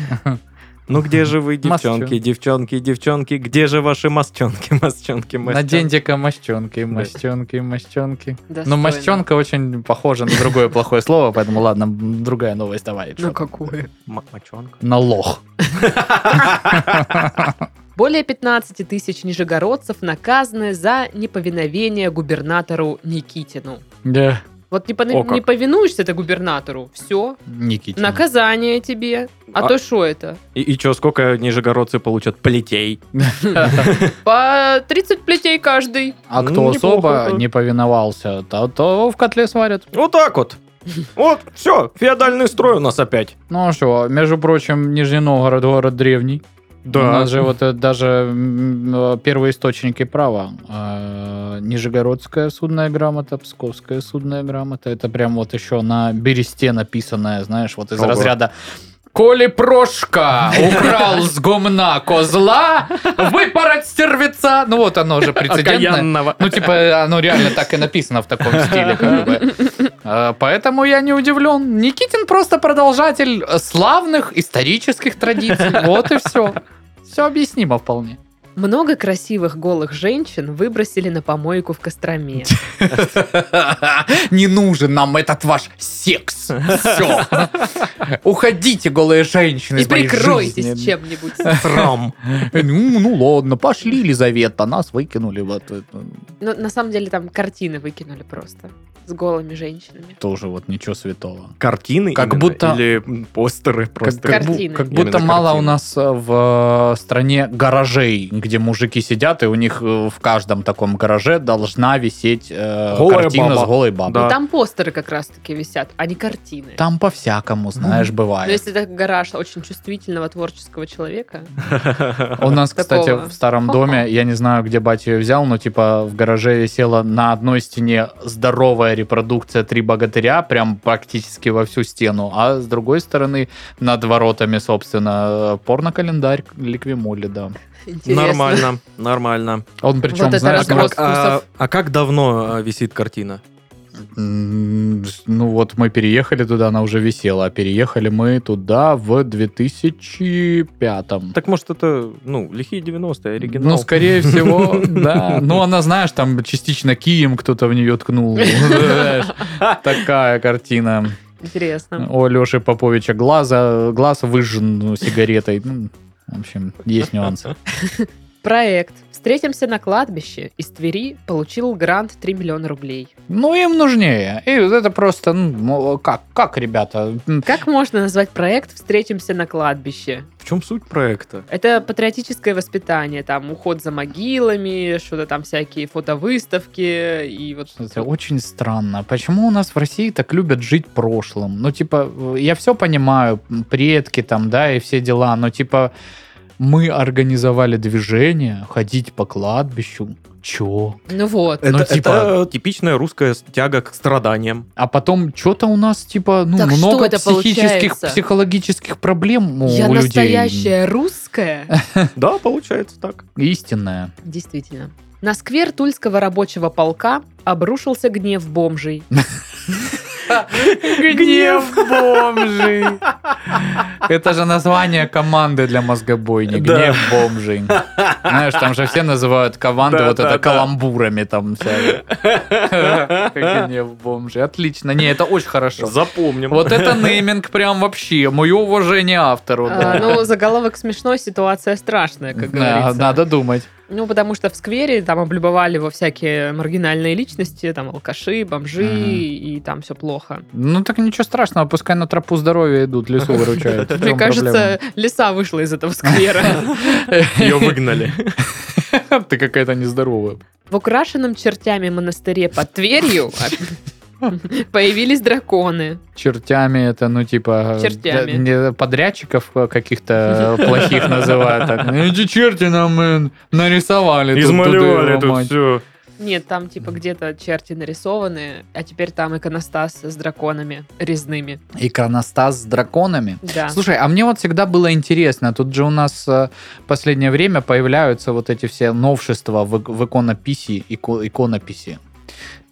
Speaker 3: Ну где же вы,
Speaker 2: Мастёнки.
Speaker 3: девчонки, девчонки, девчонки? Где же ваши мастенки, мастенки, мастенки?
Speaker 2: Наденьте-ка мастенки, мастенки, мастенки.
Speaker 1: Достойно.
Speaker 2: Ну, мастенка очень похожа на другое плохое слово, поэтому ладно, м, другая новость, давай.
Speaker 1: Ну
Speaker 2: чё там?
Speaker 1: какое?
Speaker 3: М- Мочонка.
Speaker 2: На лох.
Speaker 1: Более 15 тысяч нижегородцев наказаны за неповиновение губернатору Никитину.
Speaker 2: Да.
Speaker 1: Вот не, пона-
Speaker 3: О, как.
Speaker 1: не повинуешься ты губернатору, все,
Speaker 2: Никитин.
Speaker 1: наказание тебе. А,
Speaker 3: А-
Speaker 1: то что это?
Speaker 3: И, и чё, сколько нижегородцы получат плетей?
Speaker 1: По 30 плетей каждый.
Speaker 2: А
Speaker 3: Ну,
Speaker 2: кто
Speaker 3: неплохо,
Speaker 2: особо
Speaker 3: да.
Speaker 2: не повиновался, то, то в котле сварят.
Speaker 3: Вот так вот. Вот, все, феодальный строй у нас опять.
Speaker 2: Ну а что, между прочим, Нижний Новгород город древний. У нас же вот э, даже м, э, первые источники права. Э, Нижегородская судная грамота, Псковская судная грамота. Это прям вот еще на бересте написанное, знаешь, вот из
Speaker 3: Ого.
Speaker 2: разряда Коли Прошка украл с гумна козла, выпороть стервеца. Ну вот оно же прецедентное. [laughs]
Speaker 3: Окаянного.
Speaker 2: Ну, типа, оно реально так и написано в таком стиле, как бы. Э, Поэтому я не удивлен. Никитин просто продолжатель э, славных исторических традиций. Вот и все. Все объяснимо вполне.
Speaker 1: Много красивых голых женщин выбросили на помойку в Костроме.
Speaker 2: Не нужен нам этот ваш секс. Все. Уходите, голые женщины,
Speaker 1: И
Speaker 2: из моей
Speaker 1: прикройтесь
Speaker 2: жизни.
Speaker 1: чем-нибудь.
Speaker 3: Тром.
Speaker 2: Ну, ну ладно, пошли, Елизавета, нас выкинули. Вот это.
Speaker 1: Ну, на самом деле, там картины выкинули просто. С голыми женщинами.
Speaker 2: Тоже вот ничего святого.
Speaker 3: Картины
Speaker 2: Как
Speaker 3: именно?
Speaker 2: будто-
Speaker 3: Или постеры просто?
Speaker 2: Как, как бу-
Speaker 1: Картины.
Speaker 2: как
Speaker 3: Именно
Speaker 2: будто мало
Speaker 3: картины.
Speaker 2: у нас э, в э, стране гаражей, где мужики сидят, и у них э, в каждом таком гараже должна висеть э,
Speaker 3: Голая
Speaker 2: картина
Speaker 3: баба.
Speaker 2: с голой бабой.
Speaker 3: Да.
Speaker 1: Ну, Там постеры как раз-таки висят, а не картины.
Speaker 2: Там по-всякому, знаешь,
Speaker 1: Но
Speaker 2: бывает.
Speaker 1: если это гараж очень чувствительного творческого человека, [laughs]
Speaker 3: [laughs]
Speaker 2: У нас, кстати,
Speaker 1: такого.
Speaker 2: в старом
Speaker 1: Хо-хо.
Speaker 2: доме, я не знаю, где батя ее взял, но типа в гараже висела на одной стене здоровая репродукция «Три богатыря», прям практически во всю стену, а с другой стороны над воротами, собственно, э, порно-календарь Ликвимоли, да.
Speaker 1: интересно.
Speaker 3: Нормально, нормально.
Speaker 2: Он причем,
Speaker 1: это
Speaker 2: знаешь,
Speaker 1: разброс.
Speaker 2: вот-
Speaker 1: Как, а-
Speaker 3: а как давно а, висит картина?
Speaker 2: М, с- Ну вот мы переехали туда, она уже висела, а переехали мы туда в 2005
Speaker 3: Так может это, ну, лихие 90-е, оригинал?
Speaker 2: ну, скорее всего, да. Ну, она, знаешь, там частично кием кто-то в нее ткнул. [laughs] Знаешь, Такая картина.
Speaker 1: Интересно.
Speaker 2: О, Леши Поповича глаза, глаз выжжен ну, сигаретой. Ну, В общем, есть нюансы.
Speaker 1: Проект «Встретимся на кладбище» из Твери получил грант 3 миллиона рублей.
Speaker 2: Ну, им нужнее. И вот это просто, ну, как, как, ребята?
Speaker 1: Как можно назвать проект «Встретимся на кладбище»?
Speaker 3: В чем суть проекта?
Speaker 1: Это патриотическое воспитание, там уход за могилами, что-то там всякие фотовыставки и вот...
Speaker 2: Это очень странно. Почему у нас в России так любят жить прошлым? Ну, типа, я все понимаю, м, предки там, да, и все дела, но, типа, мы организовали движение, ходить по кладбищу, чё?
Speaker 1: Ну вот.
Speaker 2: Ну,
Speaker 3: Это,
Speaker 2: типа-
Speaker 3: это э, типичная русская тяга к
Speaker 2: [laughs]
Speaker 3: страданиям.
Speaker 2: А потом что-то у нас, типа, ну,
Speaker 1: Так что
Speaker 2: много
Speaker 1: это
Speaker 2: психических,
Speaker 1: получается?
Speaker 2: психологических проблем у
Speaker 1: Я
Speaker 2: людей.
Speaker 1: настоящая русская.
Speaker 3: Да, получается так.
Speaker 2: Истинная.
Speaker 1: Действительно. На сквер Тульского рабочего полка обрушился гнев бомжей.
Speaker 2: Гнев бомжей. Это же название команды для мозгобойни.
Speaker 3: Да.
Speaker 2: Гнев бомжей. Знаешь, там же все называют команды
Speaker 3: Да,
Speaker 2: вот
Speaker 3: да,
Speaker 2: это
Speaker 3: да.
Speaker 2: каламбурами там всякие. Гнев бомжей. Отлично. Не, это очень хорошо.
Speaker 3: Запомним.
Speaker 2: Вот это нейминг прям вообще. Мое уважение автору. да.
Speaker 1: А, Ну, заголовок смешной, ситуация страшная, как
Speaker 2: Да,
Speaker 1: говорится.
Speaker 2: Надо думать.
Speaker 1: Ну, потому что в сквере там облюбовали его всякие маргинальные личности, там алкаши, бомжи,
Speaker 2: Мгм.
Speaker 1: и там все плохо.
Speaker 2: Ну так ничего страшного, пускай на тропу здоровья идут, лесу выручают. В
Speaker 1: Мне
Speaker 2: чем
Speaker 1: кажется, лиса вышла из этого сквера.
Speaker 3: Ее выгнали.
Speaker 2: проблема? [laughs] ты какая-то нездоровая.
Speaker 1: В украшенном чертями монастыре под Тверью [laughs] появились драконы.
Speaker 2: Чертями это, ну, типа...
Speaker 1: Чертями.
Speaker 2: да, не, подрядчиков э, каких-то э, плохих называют. так. Ну, Эти черти нам э, нарисовали. тут, туды
Speaker 3: Измалевали тут
Speaker 2: ломать.
Speaker 3: все.
Speaker 1: Нет, там типа где-то черти нарисованы, а теперь там иконостас с драконами резными.
Speaker 2: Иконостас с драконами.
Speaker 1: Да.
Speaker 2: Слушай, а мне вот всегда было интересно, тут же у нас э, в последнее время появляются вот эти все новшества в, ик- в иконописи, ико- иконописи.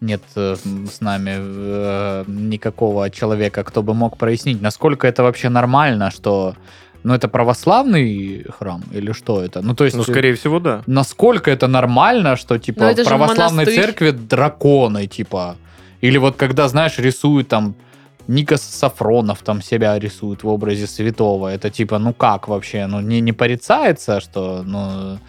Speaker 2: Нет э, м, с нами э, никакого человека, кто бы мог прояснить, насколько это вообще нормально, что... Ну, это православный храм или что это? Ну, то есть...
Speaker 3: Ну, скорее всего, да.
Speaker 2: Насколько это нормально, что, типа,
Speaker 1: Но
Speaker 2: в
Speaker 1: это же
Speaker 2: православной
Speaker 1: монастырь.
Speaker 2: церкви драконы, типа... Или вот когда, знаешь, рисуют там Никас Сафронов там себя рисует в образе святого. Это типа, ну как вообще? Ну не, не порицается, что, ну...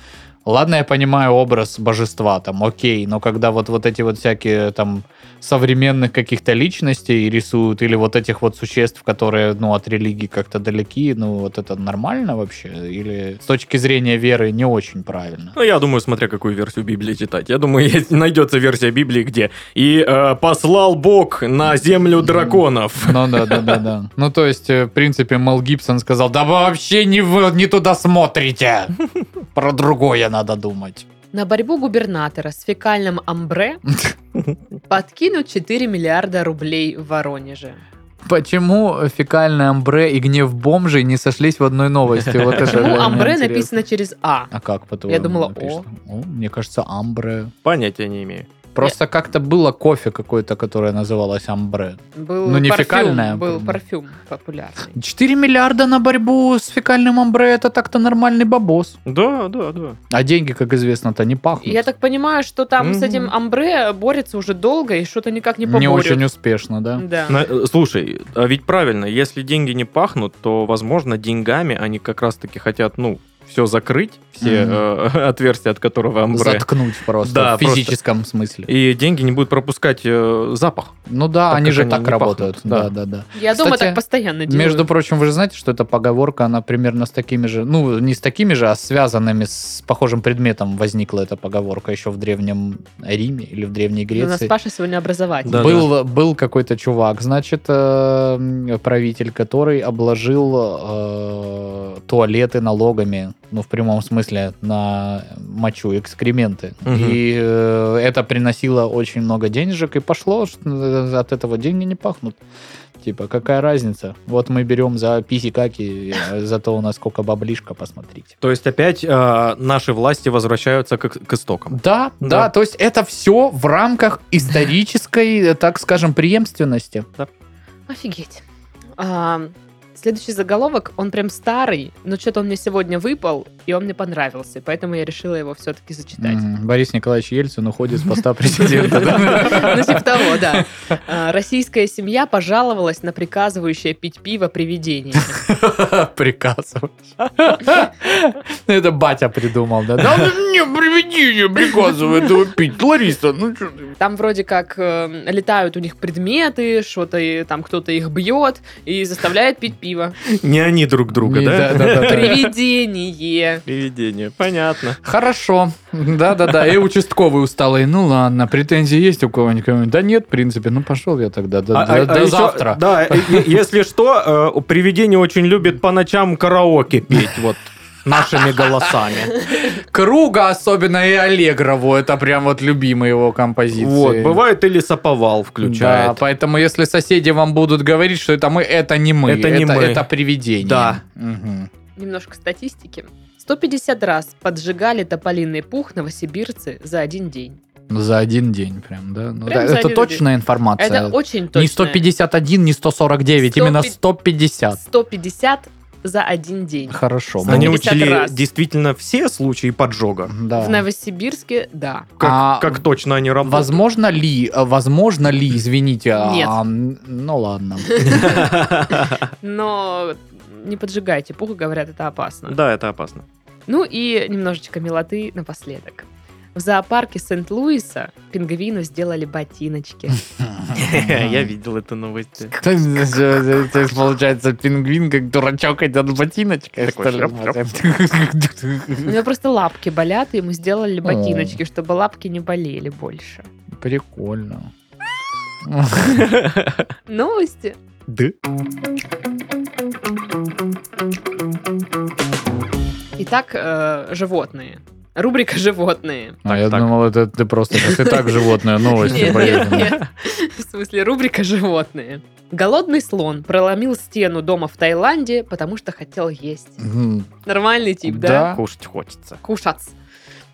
Speaker 2: Ладно, я понимаю образ божества, там, окей, но когда вот, вот эти вот всякие там современных каких-то личностей рисуют, или вот этих вот существ, которые, ну, от религии как-то далеки, ну, вот это нормально вообще? Или с точки зрения веры не очень правильно?
Speaker 3: Ну, я думаю, смотря какую версию Библии читать. Я думаю, есть- найдется версия Библии, где и э, послал Бог на землю драконов.
Speaker 2: Ну да, да, да, да. Ну то есть, э, в принципе, Мел Гибсон сказал, да вы вообще не, вы не туда смотрите. Про другое надо думать.
Speaker 1: На борьбу губернатора с фекальным
Speaker 2: [laughs]
Speaker 1: амбре подкинут 4 миллиарда рублей в Воронеже.
Speaker 2: Почему фекальное амбре и гнев бомжей не сошлись в одной новости?
Speaker 1: [laughs]
Speaker 2: Вот это для
Speaker 1: Почему
Speaker 2: меня
Speaker 1: Ну, амбре
Speaker 2: интересно.
Speaker 1: написано через А?
Speaker 2: А как по-твоему
Speaker 1: Я думала,
Speaker 2: написано? О, Мне кажется, амбре.
Speaker 3: Понятия не имею.
Speaker 2: Просто как-то было кофе какое-то, которое называлось амбре.
Speaker 1: Был
Speaker 2: Ну, не
Speaker 1: парфюм,
Speaker 2: фекальное,
Speaker 1: Был
Speaker 2: по-моему.
Speaker 1: парфюм
Speaker 2: [laughs]
Speaker 1: популярный.
Speaker 2: 4 миллиарда на борьбу с фекальным амбре, это так-то нормальный бабос.
Speaker 3: Да, да, да.
Speaker 2: А деньги, как известно-то, не пахнут.
Speaker 1: Я так понимаю, что там с
Speaker 3: Мгм.
Speaker 1: этим амбре борется уже долго и что-то никак не
Speaker 2: не
Speaker 1: поборют.
Speaker 2: очень Ну, успешно, да?
Speaker 1: Да.
Speaker 3: На- э, слушай, а ведь правильно, если деньги не пахнут, то, возможно, деньгами они как раз-таки хотят, ну, все закрыть, все
Speaker 2: Мгм.
Speaker 3: э, [laughs] отверстия, от которого амбре.
Speaker 2: Заткнуть просто
Speaker 3: Да,
Speaker 2: в физическом смысле.
Speaker 3: И деньги не будут пропускать э, запах.
Speaker 2: Ну да,
Speaker 3: Так
Speaker 2: они
Speaker 3: как
Speaker 2: же
Speaker 3: они
Speaker 2: так
Speaker 3: не
Speaker 2: работают.
Speaker 3: пахнут,
Speaker 2: Да,
Speaker 3: да.
Speaker 2: да, да.
Speaker 1: Я думаю,
Speaker 2: Кстати,
Speaker 1: так постоянно делают.
Speaker 2: Между прочим, вы же знаете, что эта поговорка, она примерно с такими же, ну, не с такими же, а связанными с похожим предметом возникла эта поговорка еще в Древнем Риме или в Древней
Speaker 1: У нас
Speaker 2: Греции.
Speaker 1: Паша сегодня образователь.
Speaker 3: Да.
Speaker 2: был, был какой-то чувак, значит, э, м, правитель, который обложил э, туалеты налогами, ну, в прямом смысле, на мочу, экскременты.
Speaker 3: Мгм.
Speaker 2: И э, это приносило очень много денежек, и пошло, что э, от этого деньги не пахнут. Типа, какая разница? Вот мы берем за писикаки, э, зато у нас сколько баблишка, посмотрите.
Speaker 3: То есть опять э, наши власти возвращаются к, к [laughs] истокам.
Speaker 2: Да, да,
Speaker 3: Да.
Speaker 2: то есть это все в рамках исторической, э, так скажем, преемственности.
Speaker 1: Офигеть. А, следующий заголовок, он прям старый, но что-то он мне сегодня выпал, и он мне понравился, поэтому я решила его все-таки зачитать.
Speaker 2: Мгм. Борис Николаевич Ельцин уходит с
Speaker 3: [laughs]
Speaker 2: поста президента. да?
Speaker 1: Ну,
Speaker 2: [laughs]
Speaker 1: типа того, да. А, Российская семья пожаловалась на приказывающее пить пиво привидение.
Speaker 2: Приказываешь. Ну, это батя придумал, да? Да мне привидение приказывает его пить. Лариса, ну что ты?
Speaker 1: Там вроде как э, летают у них предметы, что-то и- там кто-то их бьет и заставляет пить пиво.
Speaker 3: Не они друг друга,
Speaker 2: Не,
Speaker 3: да? [laughs]
Speaker 2: да-да-да.
Speaker 1: Привидение.
Speaker 3: Привидение, понятно.
Speaker 2: Хорошо. Да-да-да, и участковый усталый. Ну ладно, претензии есть у кого-нибудь? Да нет, в принципе, ну пошел я тогда. До
Speaker 3: А- а-
Speaker 2: до-
Speaker 3: а
Speaker 2: до
Speaker 3: еще-
Speaker 2: завтра.
Speaker 3: Да, э, е-
Speaker 2: [laughs]
Speaker 3: если что, э, привидение очень любит по ночам караоке петь вот нашими голосами.
Speaker 2: Круга особенно и Аллегрову, это прям вот любимые его композиции.
Speaker 3: Вот, бывает или саповал
Speaker 2: Да,
Speaker 3: включает.
Speaker 2: поэтому если соседи вам будут говорить, что это мы, это не мы.
Speaker 3: Это не мы.
Speaker 2: Это привидение.
Speaker 3: Да.
Speaker 2: Мгм.
Speaker 1: Немножко статистики. 150 раз поджигали тополиный пух новосибирцы за один день.
Speaker 2: За один день прям, да? Ну,
Speaker 1: Прям
Speaker 2: да,
Speaker 1: за
Speaker 2: это
Speaker 1: один
Speaker 2: точная информация.
Speaker 1: Это очень точно.
Speaker 2: не 151, не 149, именно
Speaker 1: 150.
Speaker 2: 150.
Speaker 1: 150 за один день.
Speaker 2: Хорошо.
Speaker 1: Сто
Speaker 3: Они
Speaker 2: ну,
Speaker 1: 150
Speaker 3: учли
Speaker 1: раз.
Speaker 3: действительно все случаи поджога.
Speaker 2: да.
Speaker 1: В Новосибирске, да.
Speaker 3: Как,
Speaker 2: А
Speaker 3: как точно они работают.
Speaker 2: Возможно ли, э, возможно ли, извините, а,
Speaker 1: Нет.
Speaker 2: м, ну ладно.
Speaker 1: [laughs] Но не поджигайте пух, говорят, это опасно.
Speaker 3: Да, это опасно.
Speaker 1: Ну и немножечко милоты напоследок. В зоопарке Сент-Луиса пингвину сделали ботиночки.
Speaker 3: [laughs] Я видел эту новость.
Speaker 2: То есть, э, э, то есть, получается, пингвин как дурачок идет в ботиночках, что ли? [laughs]
Speaker 1: У него просто лапки болят, и ему сделали ботиночки, чтобы лапки не болели больше.
Speaker 2: Прикольно.
Speaker 1: Новости.
Speaker 3: Да?
Speaker 1: Итак, э, животные. Рубрика «Животные».
Speaker 2: А я
Speaker 3: так.
Speaker 2: думал, это ты просто сейчас и так животное новости
Speaker 1: Нет, нет,
Speaker 2: поэтому.
Speaker 1: нет. В смысле, рубрика «Животные». Голодный слон проломил стену дома в Таиланде, потому что хотел есть.
Speaker 2: М,
Speaker 1: Нормальный тип, да?
Speaker 2: Да.
Speaker 3: Кушать хочется.
Speaker 1: кушаться.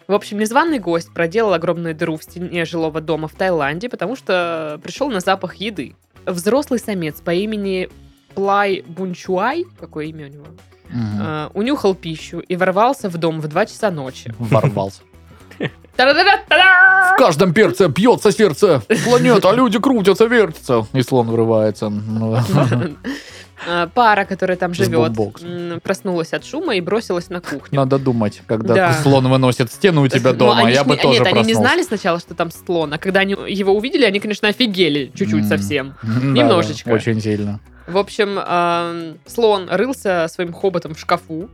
Speaker 1: В общем, незваный гость проделал огромную дыру в стене жилого дома в Таиланде, потому что пришел на запах еды. Взрослый самец по имени Плай Бунчуай, какое имя у него,
Speaker 2: Мгм.
Speaker 1: э, унюхал пищу и ворвался в дом в 2 часа ночи.
Speaker 2: Ворвался.
Speaker 1: [laughs] Та-да-да-да-да!
Speaker 2: В каждом перце бьется сердце планета, а люди крутятся, вертятся. И слон врывается.
Speaker 1: [laughs]
Speaker 2: Ну,
Speaker 1: Э, Пара, которая там
Speaker 2: С
Speaker 1: живет,
Speaker 2: бумбоксом.
Speaker 1: м, проснулась от шума и бросилась на кухню.
Speaker 2: Надо думать, когда
Speaker 1: Да.
Speaker 2: слон выносит стену у тебя
Speaker 1: Ну,
Speaker 2: дома, а
Speaker 1: они
Speaker 2: я
Speaker 1: ж
Speaker 2: бы
Speaker 1: не-
Speaker 2: тоже
Speaker 1: Нет, они не
Speaker 2: проснулся.
Speaker 1: знали сначала, что там слон, а когда они его увидели, они, конечно, офигели чуть-чуть
Speaker 2: М.
Speaker 1: совсем.
Speaker 2: М, да,
Speaker 1: Немножечко.
Speaker 2: Очень сильно.
Speaker 1: В общем, эм, слон рылся своим хоботом в шкафу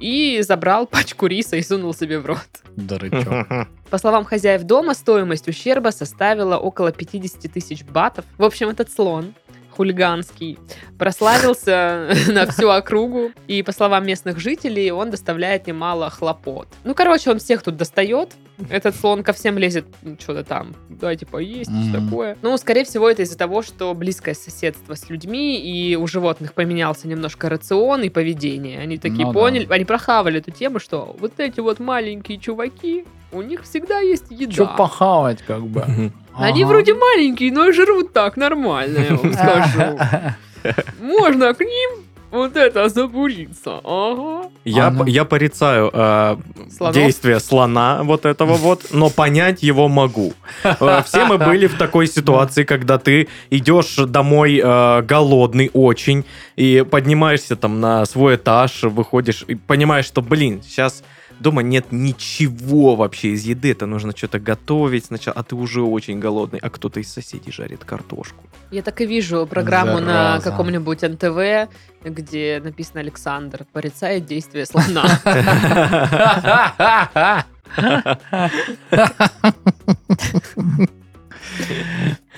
Speaker 1: и забрал пачку риса и сунул себе в рот. [laughs]
Speaker 2: Дурачок.
Speaker 1: По словам хозяев дома, стоимость ущерба составила около 50 тысяч батов. В общем, этот слон хулиганский, прославился [laughs] на всю округу. И, по словам местных жителей, он доставляет немало хлопот. Ну, короче, он всех тут достает. Этот слон ко всем лезет ну, что-то там. Дайте поесть, что
Speaker 2: Мгм.
Speaker 1: такое. Ну, скорее всего, это из-за того, что близкое соседство с людьми, и у животных поменялся немножко рацион и поведение. Они такие
Speaker 2: Ну да.
Speaker 1: поняли, они прохавали эту тему, что вот эти вот маленькие чуваки, у них всегда есть еда.
Speaker 2: Че похавать, как бы.
Speaker 1: [laughs] Они
Speaker 2: Ага.
Speaker 1: вроде маленькие, но и жрут так нормально, я вам
Speaker 2: [laughs]
Speaker 1: скажу. Можно к ним вот это забуриться. Ага.
Speaker 3: Я,
Speaker 2: А, ну.
Speaker 3: п- я порицаю э,
Speaker 1: Слонов?
Speaker 3: действие слона вот этого вот, но понять его могу. Э, Все
Speaker 2: [laughs]
Speaker 3: мы были в такой ситуации, когда ты идешь домой э, голодный очень, и поднимаешься там на свой этаж, выходишь и понимаешь, что, блин, сейчас дома нет ничего вообще из еды, это нужно что-то готовить сначала, а ты уже очень голодный, а кто-то из соседей жарит картошку.
Speaker 1: Я так и вижу программу на
Speaker 2: Зараза.
Speaker 1: каком-нибудь НТВ, где написано Александр порицает действие
Speaker 2: [laughs]
Speaker 1: слона.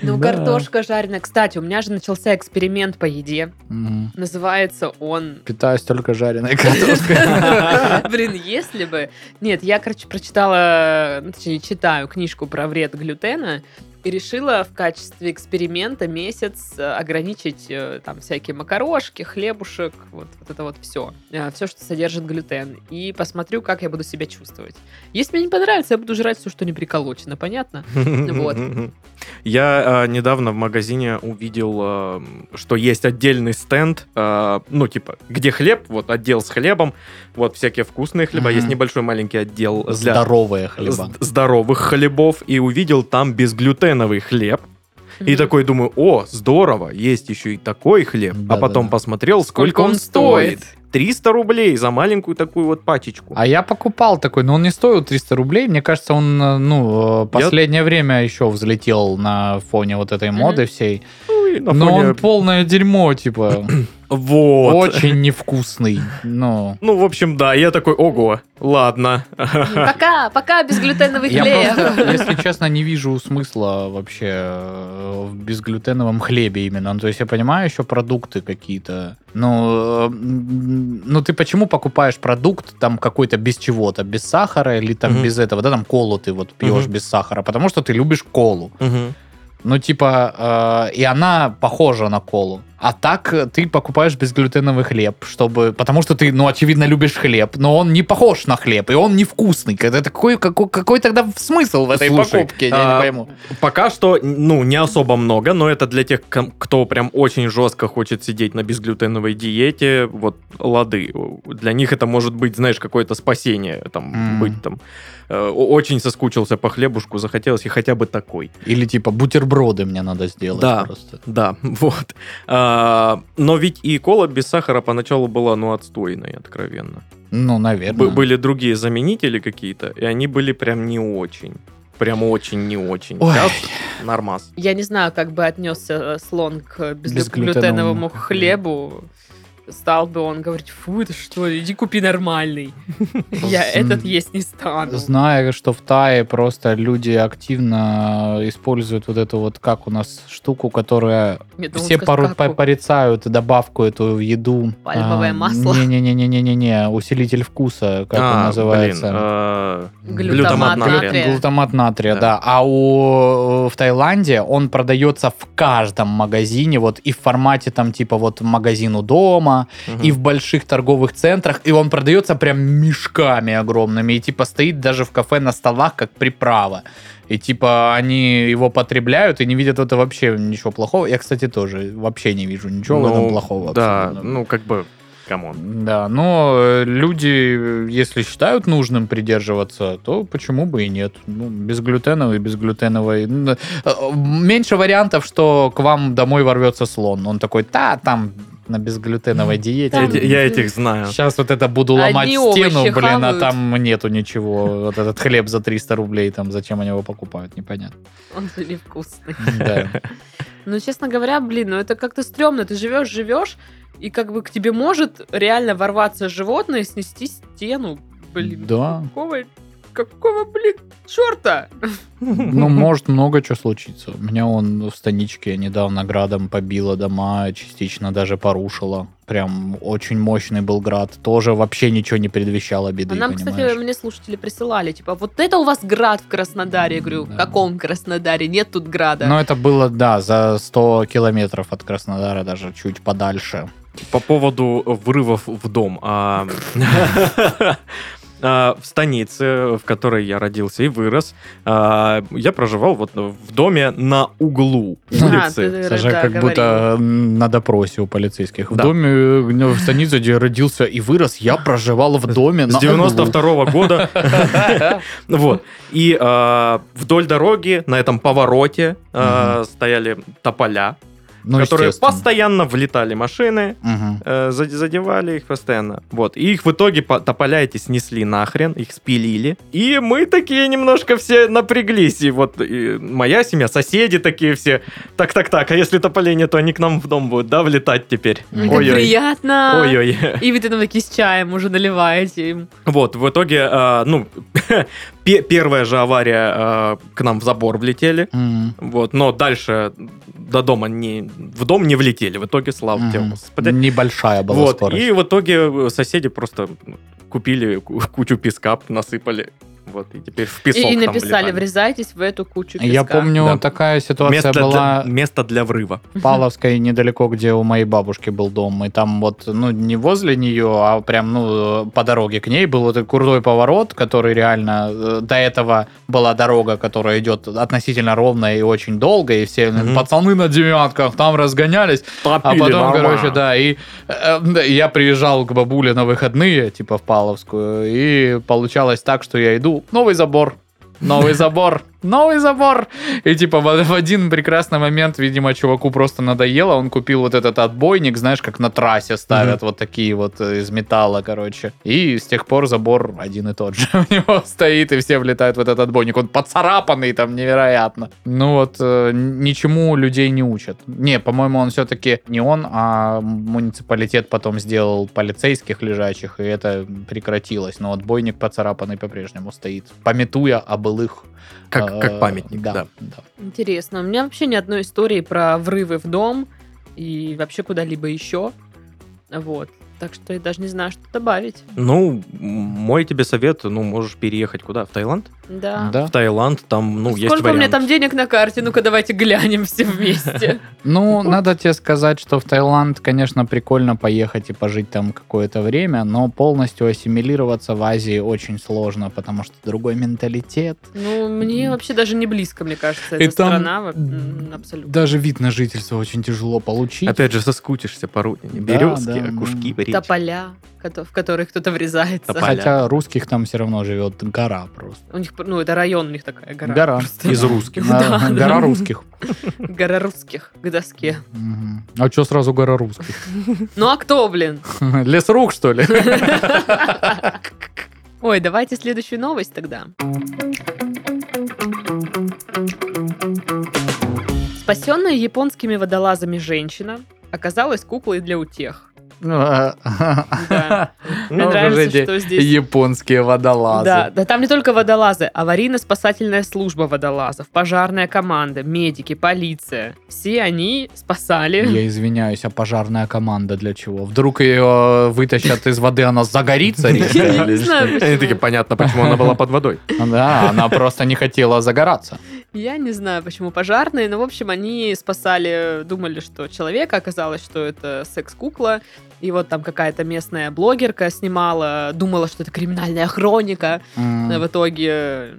Speaker 1: Ну,
Speaker 2: Да.
Speaker 1: картошка жареная. Кстати, у меня же начался эксперимент по еде.
Speaker 2: Мгм.
Speaker 1: Называется он...
Speaker 2: Питаюсь только жареной картошкой.
Speaker 1: [laughs] Блин, если бы... Нет, я, короче, прочитала, ну, точнее, читаю книжку про вред глютена и решила в качестве эксперимента месяц э, ограничить э, там всякие макарошки, хлебушек, вот, вот это вот все. Все, что содержит глютен. И посмотрю, как я буду себя чувствовать. Если мне не понравится, я буду жрать все, что не приколочено, понятно? Вот.
Speaker 3: Я э, недавно в магазине увидел, э, что есть отдельный стенд, э, ну, типа, где хлеб, вот отдел с хлебом, вот всякие вкусные хлеба,
Speaker 2: Мгм.
Speaker 3: есть небольшой маленький отдел для
Speaker 2: Здоровые
Speaker 3: з-
Speaker 2: хлеба.
Speaker 3: здоровых хлебов, и увидел там безглютеновый хлеб. И
Speaker 1: Мгм.
Speaker 3: такой думаю, о, здорово, есть еще и такой хлеб. а
Speaker 2: Да-да-да.
Speaker 3: потом посмотрел, сколько, он стоит. 300 рублей за маленькую такую вот пачечку.
Speaker 2: А я покупал такой, но он не стоил 300 рублей. Мне кажется, он, э, ну, э, последнее время еще взлетел на фоне вот этой моды
Speaker 1: Мгм.
Speaker 2: всей.
Speaker 3: Ну, и на
Speaker 2: Но
Speaker 3: фоне-
Speaker 2: он полное дерьмо, типа.
Speaker 3: [clears throat] Вот.
Speaker 2: Очень невкусный. Ну.
Speaker 3: Ну, в общем, да, я такой, ого, ладно.
Speaker 1: Пока, пока безглютеновый
Speaker 2: Я
Speaker 1: хлеб.
Speaker 2: просто, если честно, не вижу смысла вообще э, в безглютеновом хлебе именно. Ну, То есть я понимаю еще продукты какие-то. Ну, э, м, ну ты почему покупаешь продукт там какой-то без чего-то, без сахара или там
Speaker 3: Мгм.
Speaker 2: без этого, да, там колу ты вот пьешь
Speaker 3: Мгм.
Speaker 2: без сахара, потому что ты любишь колу.
Speaker 3: Мгм.
Speaker 2: Ну, типа, э, и она похожа на колу. А так э, ты покупаешь безглютеновый хлеб, чтобы... Потому что ты, ну, очевидно, любишь хлеб, но он не похож на хлеб, и он невкусный. Это такой, какой, какой тогда смысл в этой
Speaker 3: Слушай,
Speaker 2: покупке? Я
Speaker 3: а,
Speaker 2: не пойму.
Speaker 3: Пока что, ну, не особо много, но это для тех, ком- кто прям очень жестко хочет сидеть на безглютеновой диете, вот лады. Для них это может быть, знаешь, какое-то спасение, там,
Speaker 2: М.
Speaker 3: быть там. э, о- очень соскучился по хлебушку, захотелось и хотя бы такой.
Speaker 2: Или типа бутерброды мне надо сделать
Speaker 3: Да.
Speaker 2: просто.
Speaker 3: Да, [laughs] вот. А, но ведь и кола без сахара поначалу была, ну, отстойной, откровенно.
Speaker 2: Ну, наверное.
Speaker 3: Бы- были другие заменители какие-то, и они были прям не очень. Прям очень не очень.
Speaker 2: Ой.
Speaker 3: Сейчас нормас.
Speaker 1: Я не знаю, как бы отнесся э, слон к э,
Speaker 2: Безглютеновому
Speaker 1: безглютеновому хлебу. Стал бы он говорить, фу, это что, иди купи
Speaker 2: [laughs]
Speaker 1: нормальный. Я этот есть не стану.
Speaker 2: Зная, что в Тае просто люди активно используют вот эту вот, как у нас, штуку, которая...
Speaker 1: Я думала,
Speaker 2: Все
Speaker 1: скажешь,
Speaker 2: пору-
Speaker 1: каку.
Speaker 2: по- порицают добавку эту в еду. А,
Speaker 1: Пальмовое масло.
Speaker 2: Не-не-не-не-не-не, усилитель вкуса, как
Speaker 3: А,
Speaker 2: он называется.
Speaker 3: блин, э,
Speaker 1: Глютамат
Speaker 3: глютамат натрия.
Speaker 1: натрия.
Speaker 2: Глутамат натрия,
Speaker 3: Да.
Speaker 2: да. А у э, в Таиланде он продается в каждом магазине, вот и в формате там типа вот магазин у дома,
Speaker 3: Мгм.
Speaker 2: и в больших торговых центрах, и он продается прям мешками огромными, и типа стоит даже в кафе на столах как приправа. И типа они его потребляют и не видят в этом вообще ничего плохого. Я, кстати, тоже вообще не вижу ничего в
Speaker 3: Ну,
Speaker 2: этом плохого.
Speaker 3: Да,
Speaker 2: абсолютно.
Speaker 3: ну как бы, камон.
Speaker 2: Да, но э, люди, э, если считают нужным придерживаться, то почему бы и нет? Ну, безглютеновый, безглютеновый. Ну, э, Меньше вариантов, что к вам домой ворвется слон. Он такой, та, там на безглютеновой
Speaker 1: Там-
Speaker 3: Я,
Speaker 2: диете.
Speaker 3: эти- я этих знаю.
Speaker 2: Сейчас вот это буду
Speaker 1: Одни
Speaker 2: ломать стену,
Speaker 1: овощи
Speaker 2: блин, а
Speaker 1: хавают.
Speaker 2: там нету ничего. Вот этот хлеб за 300 рублей, там зачем они его покупают, непонятно.
Speaker 1: Он же невкусный.
Speaker 2: Да.
Speaker 1: Ну, честно говоря, блин, ну это как-то стрёмно. Ты живешь, живешь, и как бы к тебе может реально ворваться животное и снести стену. Блин,
Speaker 2: Да.
Speaker 1: какого, какого, блин, черта?
Speaker 2: Ну, может много чего случиться. У меня он в станичке недавно градом побило дома, частично даже порушило. Прям очень мощный был град. Тоже вообще ничего не предвещало беды,
Speaker 1: А нам, кстати,
Speaker 2: понимаешь?
Speaker 1: мне слушатели присылали, типа, вот это у вас град в Краснодаре. Я говорю, в
Speaker 2: Да. Ну,
Speaker 1: каком Краснодаре? Нет тут града.
Speaker 2: Но это было, да, за 100 километров от Краснодара, даже чуть подальше.
Speaker 3: По поводу врывов в дом. а, [laughs] а, В станице, в которой я родился и вырос, а, я проживал вот в доме на углу
Speaker 1: А,
Speaker 3: улицы.
Speaker 1: ты,
Speaker 2: Саша
Speaker 1: да,
Speaker 2: как
Speaker 1: говорил.
Speaker 2: [laughs] будто м, на допросе у полицейских. В
Speaker 3: Да.
Speaker 2: доме, э, в станице, где я родился и вырос, я проживал в доме
Speaker 3: С
Speaker 2: на
Speaker 3: 92 года. [laughs] Вот. И а, вдоль дороги на этом повороте а, стояли тополя,
Speaker 2: углу. Ну,
Speaker 3: которые
Speaker 2: естественно.
Speaker 3: постоянно влетали машины,
Speaker 2: Мгм.
Speaker 3: Э, зад- задевали их постоянно. Вот. И их в итоге по- тополя эти снесли нахрен, их спилили. И мы такие немножко все напряглись. И вот и моя семья, соседи такие все. Так-так-так, а если тополей нет, то они к нам в дом будут, да, влетать теперь?
Speaker 1: М, Как
Speaker 2: Ой-ой.
Speaker 1: приятно.
Speaker 3: Ой-ой. [laughs]
Speaker 1: И вы там такие с чаем уже наливаете им.
Speaker 3: Вот, в итоге, э, ну, [laughs] пе- первая же авария э, к нам в забор влетели.
Speaker 2: Мгм.
Speaker 3: Вот, но дальше до дома не, в дом не влетели. В итоге, слава тебе,
Speaker 2: Мгм.
Speaker 3: Господи.
Speaker 2: Небольшая была
Speaker 3: Вот,
Speaker 2: скорость.
Speaker 3: и в итоге э, соседи просто купили ку- кучу песка, насыпали, вот, и теперь в песок
Speaker 1: И, и
Speaker 3: там
Speaker 1: написали,
Speaker 3: влетали.
Speaker 1: врезайтесь в эту кучу песка.
Speaker 2: Я помню,
Speaker 3: Да.
Speaker 2: такая ситуация
Speaker 3: Место для,
Speaker 2: была
Speaker 3: место для врыва.
Speaker 2: в Паловской, недалеко, где у моей бабушки был дом. И там вот, ну, не возле нее, а прям, ну, по дороге к ней был вот этот крутой поворот, который реально... э, До этого была дорога, которая идет относительно ровно и очень долго, и все
Speaker 3: Мгм.
Speaker 2: пацаны на девятках там разгонялись. А потом, короче, да, и э, да, я приезжал к бабуле на выходные, типа в Паловскую, и получалось так, что я иду, новый забор, новый забор, новый забор. И типа в в один прекрасный момент, видимо, чуваку просто надоело, он купил вот этот отбойник, знаешь, как на трассе ставят вот такие вот э, из металла, короче. И с тех пор забор один и тот же у [laughs] него стоит, и все влетают в этот отбойник. Он поцарапанный там невероятно. Ну вот, э, ничему людей не учат. Не, по-моему, он все-таки не он, а муниципалитет потом сделал полицейских лежачих, и это прекратилось. Но отбойник поцарапанный по-прежнему стоит, пометуя о былых
Speaker 3: Как, как
Speaker 2: э,
Speaker 3: памятник, да.
Speaker 2: да.
Speaker 1: Интересно, у меня вообще ни одной истории про врывы в дом и вообще куда-либо еще. Вот. Так что я даже не знаю, что добавить.
Speaker 3: Ну, м, мой тебе совет, ну, можешь переехать куда? В Таиланд?
Speaker 1: Да.
Speaker 2: Да.
Speaker 3: В Таиланд, там, ну, есть
Speaker 1: Сколько у меня
Speaker 3: вариант.
Speaker 1: там денег на карте? Ну-ка, давайте глянем все вместе.
Speaker 2: Ну, надо тебе сказать, что в Таиланд, конечно, прикольно поехать и пожить там какое-то время, но полностью ассимилироваться в Азии очень сложно, потому что другой менталитет.
Speaker 1: Ну, мне
Speaker 2: М.
Speaker 1: вообще даже не близко, мне кажется, эта
Speaker 2: И там-
Speaker 1: страна во- м, абсолютно.
Speaker 2: Даже вид на жительство очень тяжело получить.
Speaker 3: Опять же, соскучишься по родине.
Speaker 2: Да,
Speaker 3: Березки,
Speaker 2: да,
Speaker 3: окушки,
Speaker 2: ну.
Speaker 3: речки.
Speaker 1: Тополя, кото- в которых кто-то врезается.
Speaker 3: Тополя.
Speaker 2: Хотя русских там все равно живет гора просто.
Speaker 1: У них, ну, это район у них такая гора.
Speaker 2: Гора.
Speaker 1: просто.
Speaker 3: Из русских.
Speaker 1: Да,
Speaker 2: А,
Speaker 1: да.
Speaker 2: Гора русских.
Speaker 1: [laughs] Гора русских к доске.
Speaker 2: Мгм. А что сразу гора русских? [laughs]
Speaker 1: Ну, а кто, блин? [laughs]
Speaker 2: Лес рук, что ли?
Speaker 1: Ой, давайте следующую новость тогда. Спасенная японскими водолазами женщина оказалась куклой для утех.
Speaker 2: а, [laughs]
Speaker 1: Да. Мне
Speaker 2: Ну,
Speaker 1: нравится,
Speaker 2: уже эти
Speaker 1: что здесь...
Speaker 2: Японские
Speaker 1: Да,
Speaker 2: водолазы.
Speaker 1: да там не только водолазы, аварийно-спасательная служба водолазов, пожарная команда, медики, полиция. Все они спасали.
Speaker 2: Я извиняюсь, а пожарная команда для чего? Вдруг ее вытащат из воды, она загорится?
Speaker 1: [laughs]
Speaker 2: резко?
Speaker 1: Я не знаю,
Speaker 3: Они такие,
Speaker 1: почему.
Speaker 3: понятно, почему она была под водой.
Speaker 2: Да, она просто не хотела загораться.
Speaker 1: Я не знаю, почему пожарные, но, в общем, они спасали, думали, что человека, оказалось, что это секс-кукла, и вот там какая-то местная блогерка снимала, думала, что это криминальная хроника, а
Speaker 2: М,
Speaker 1: в итоге,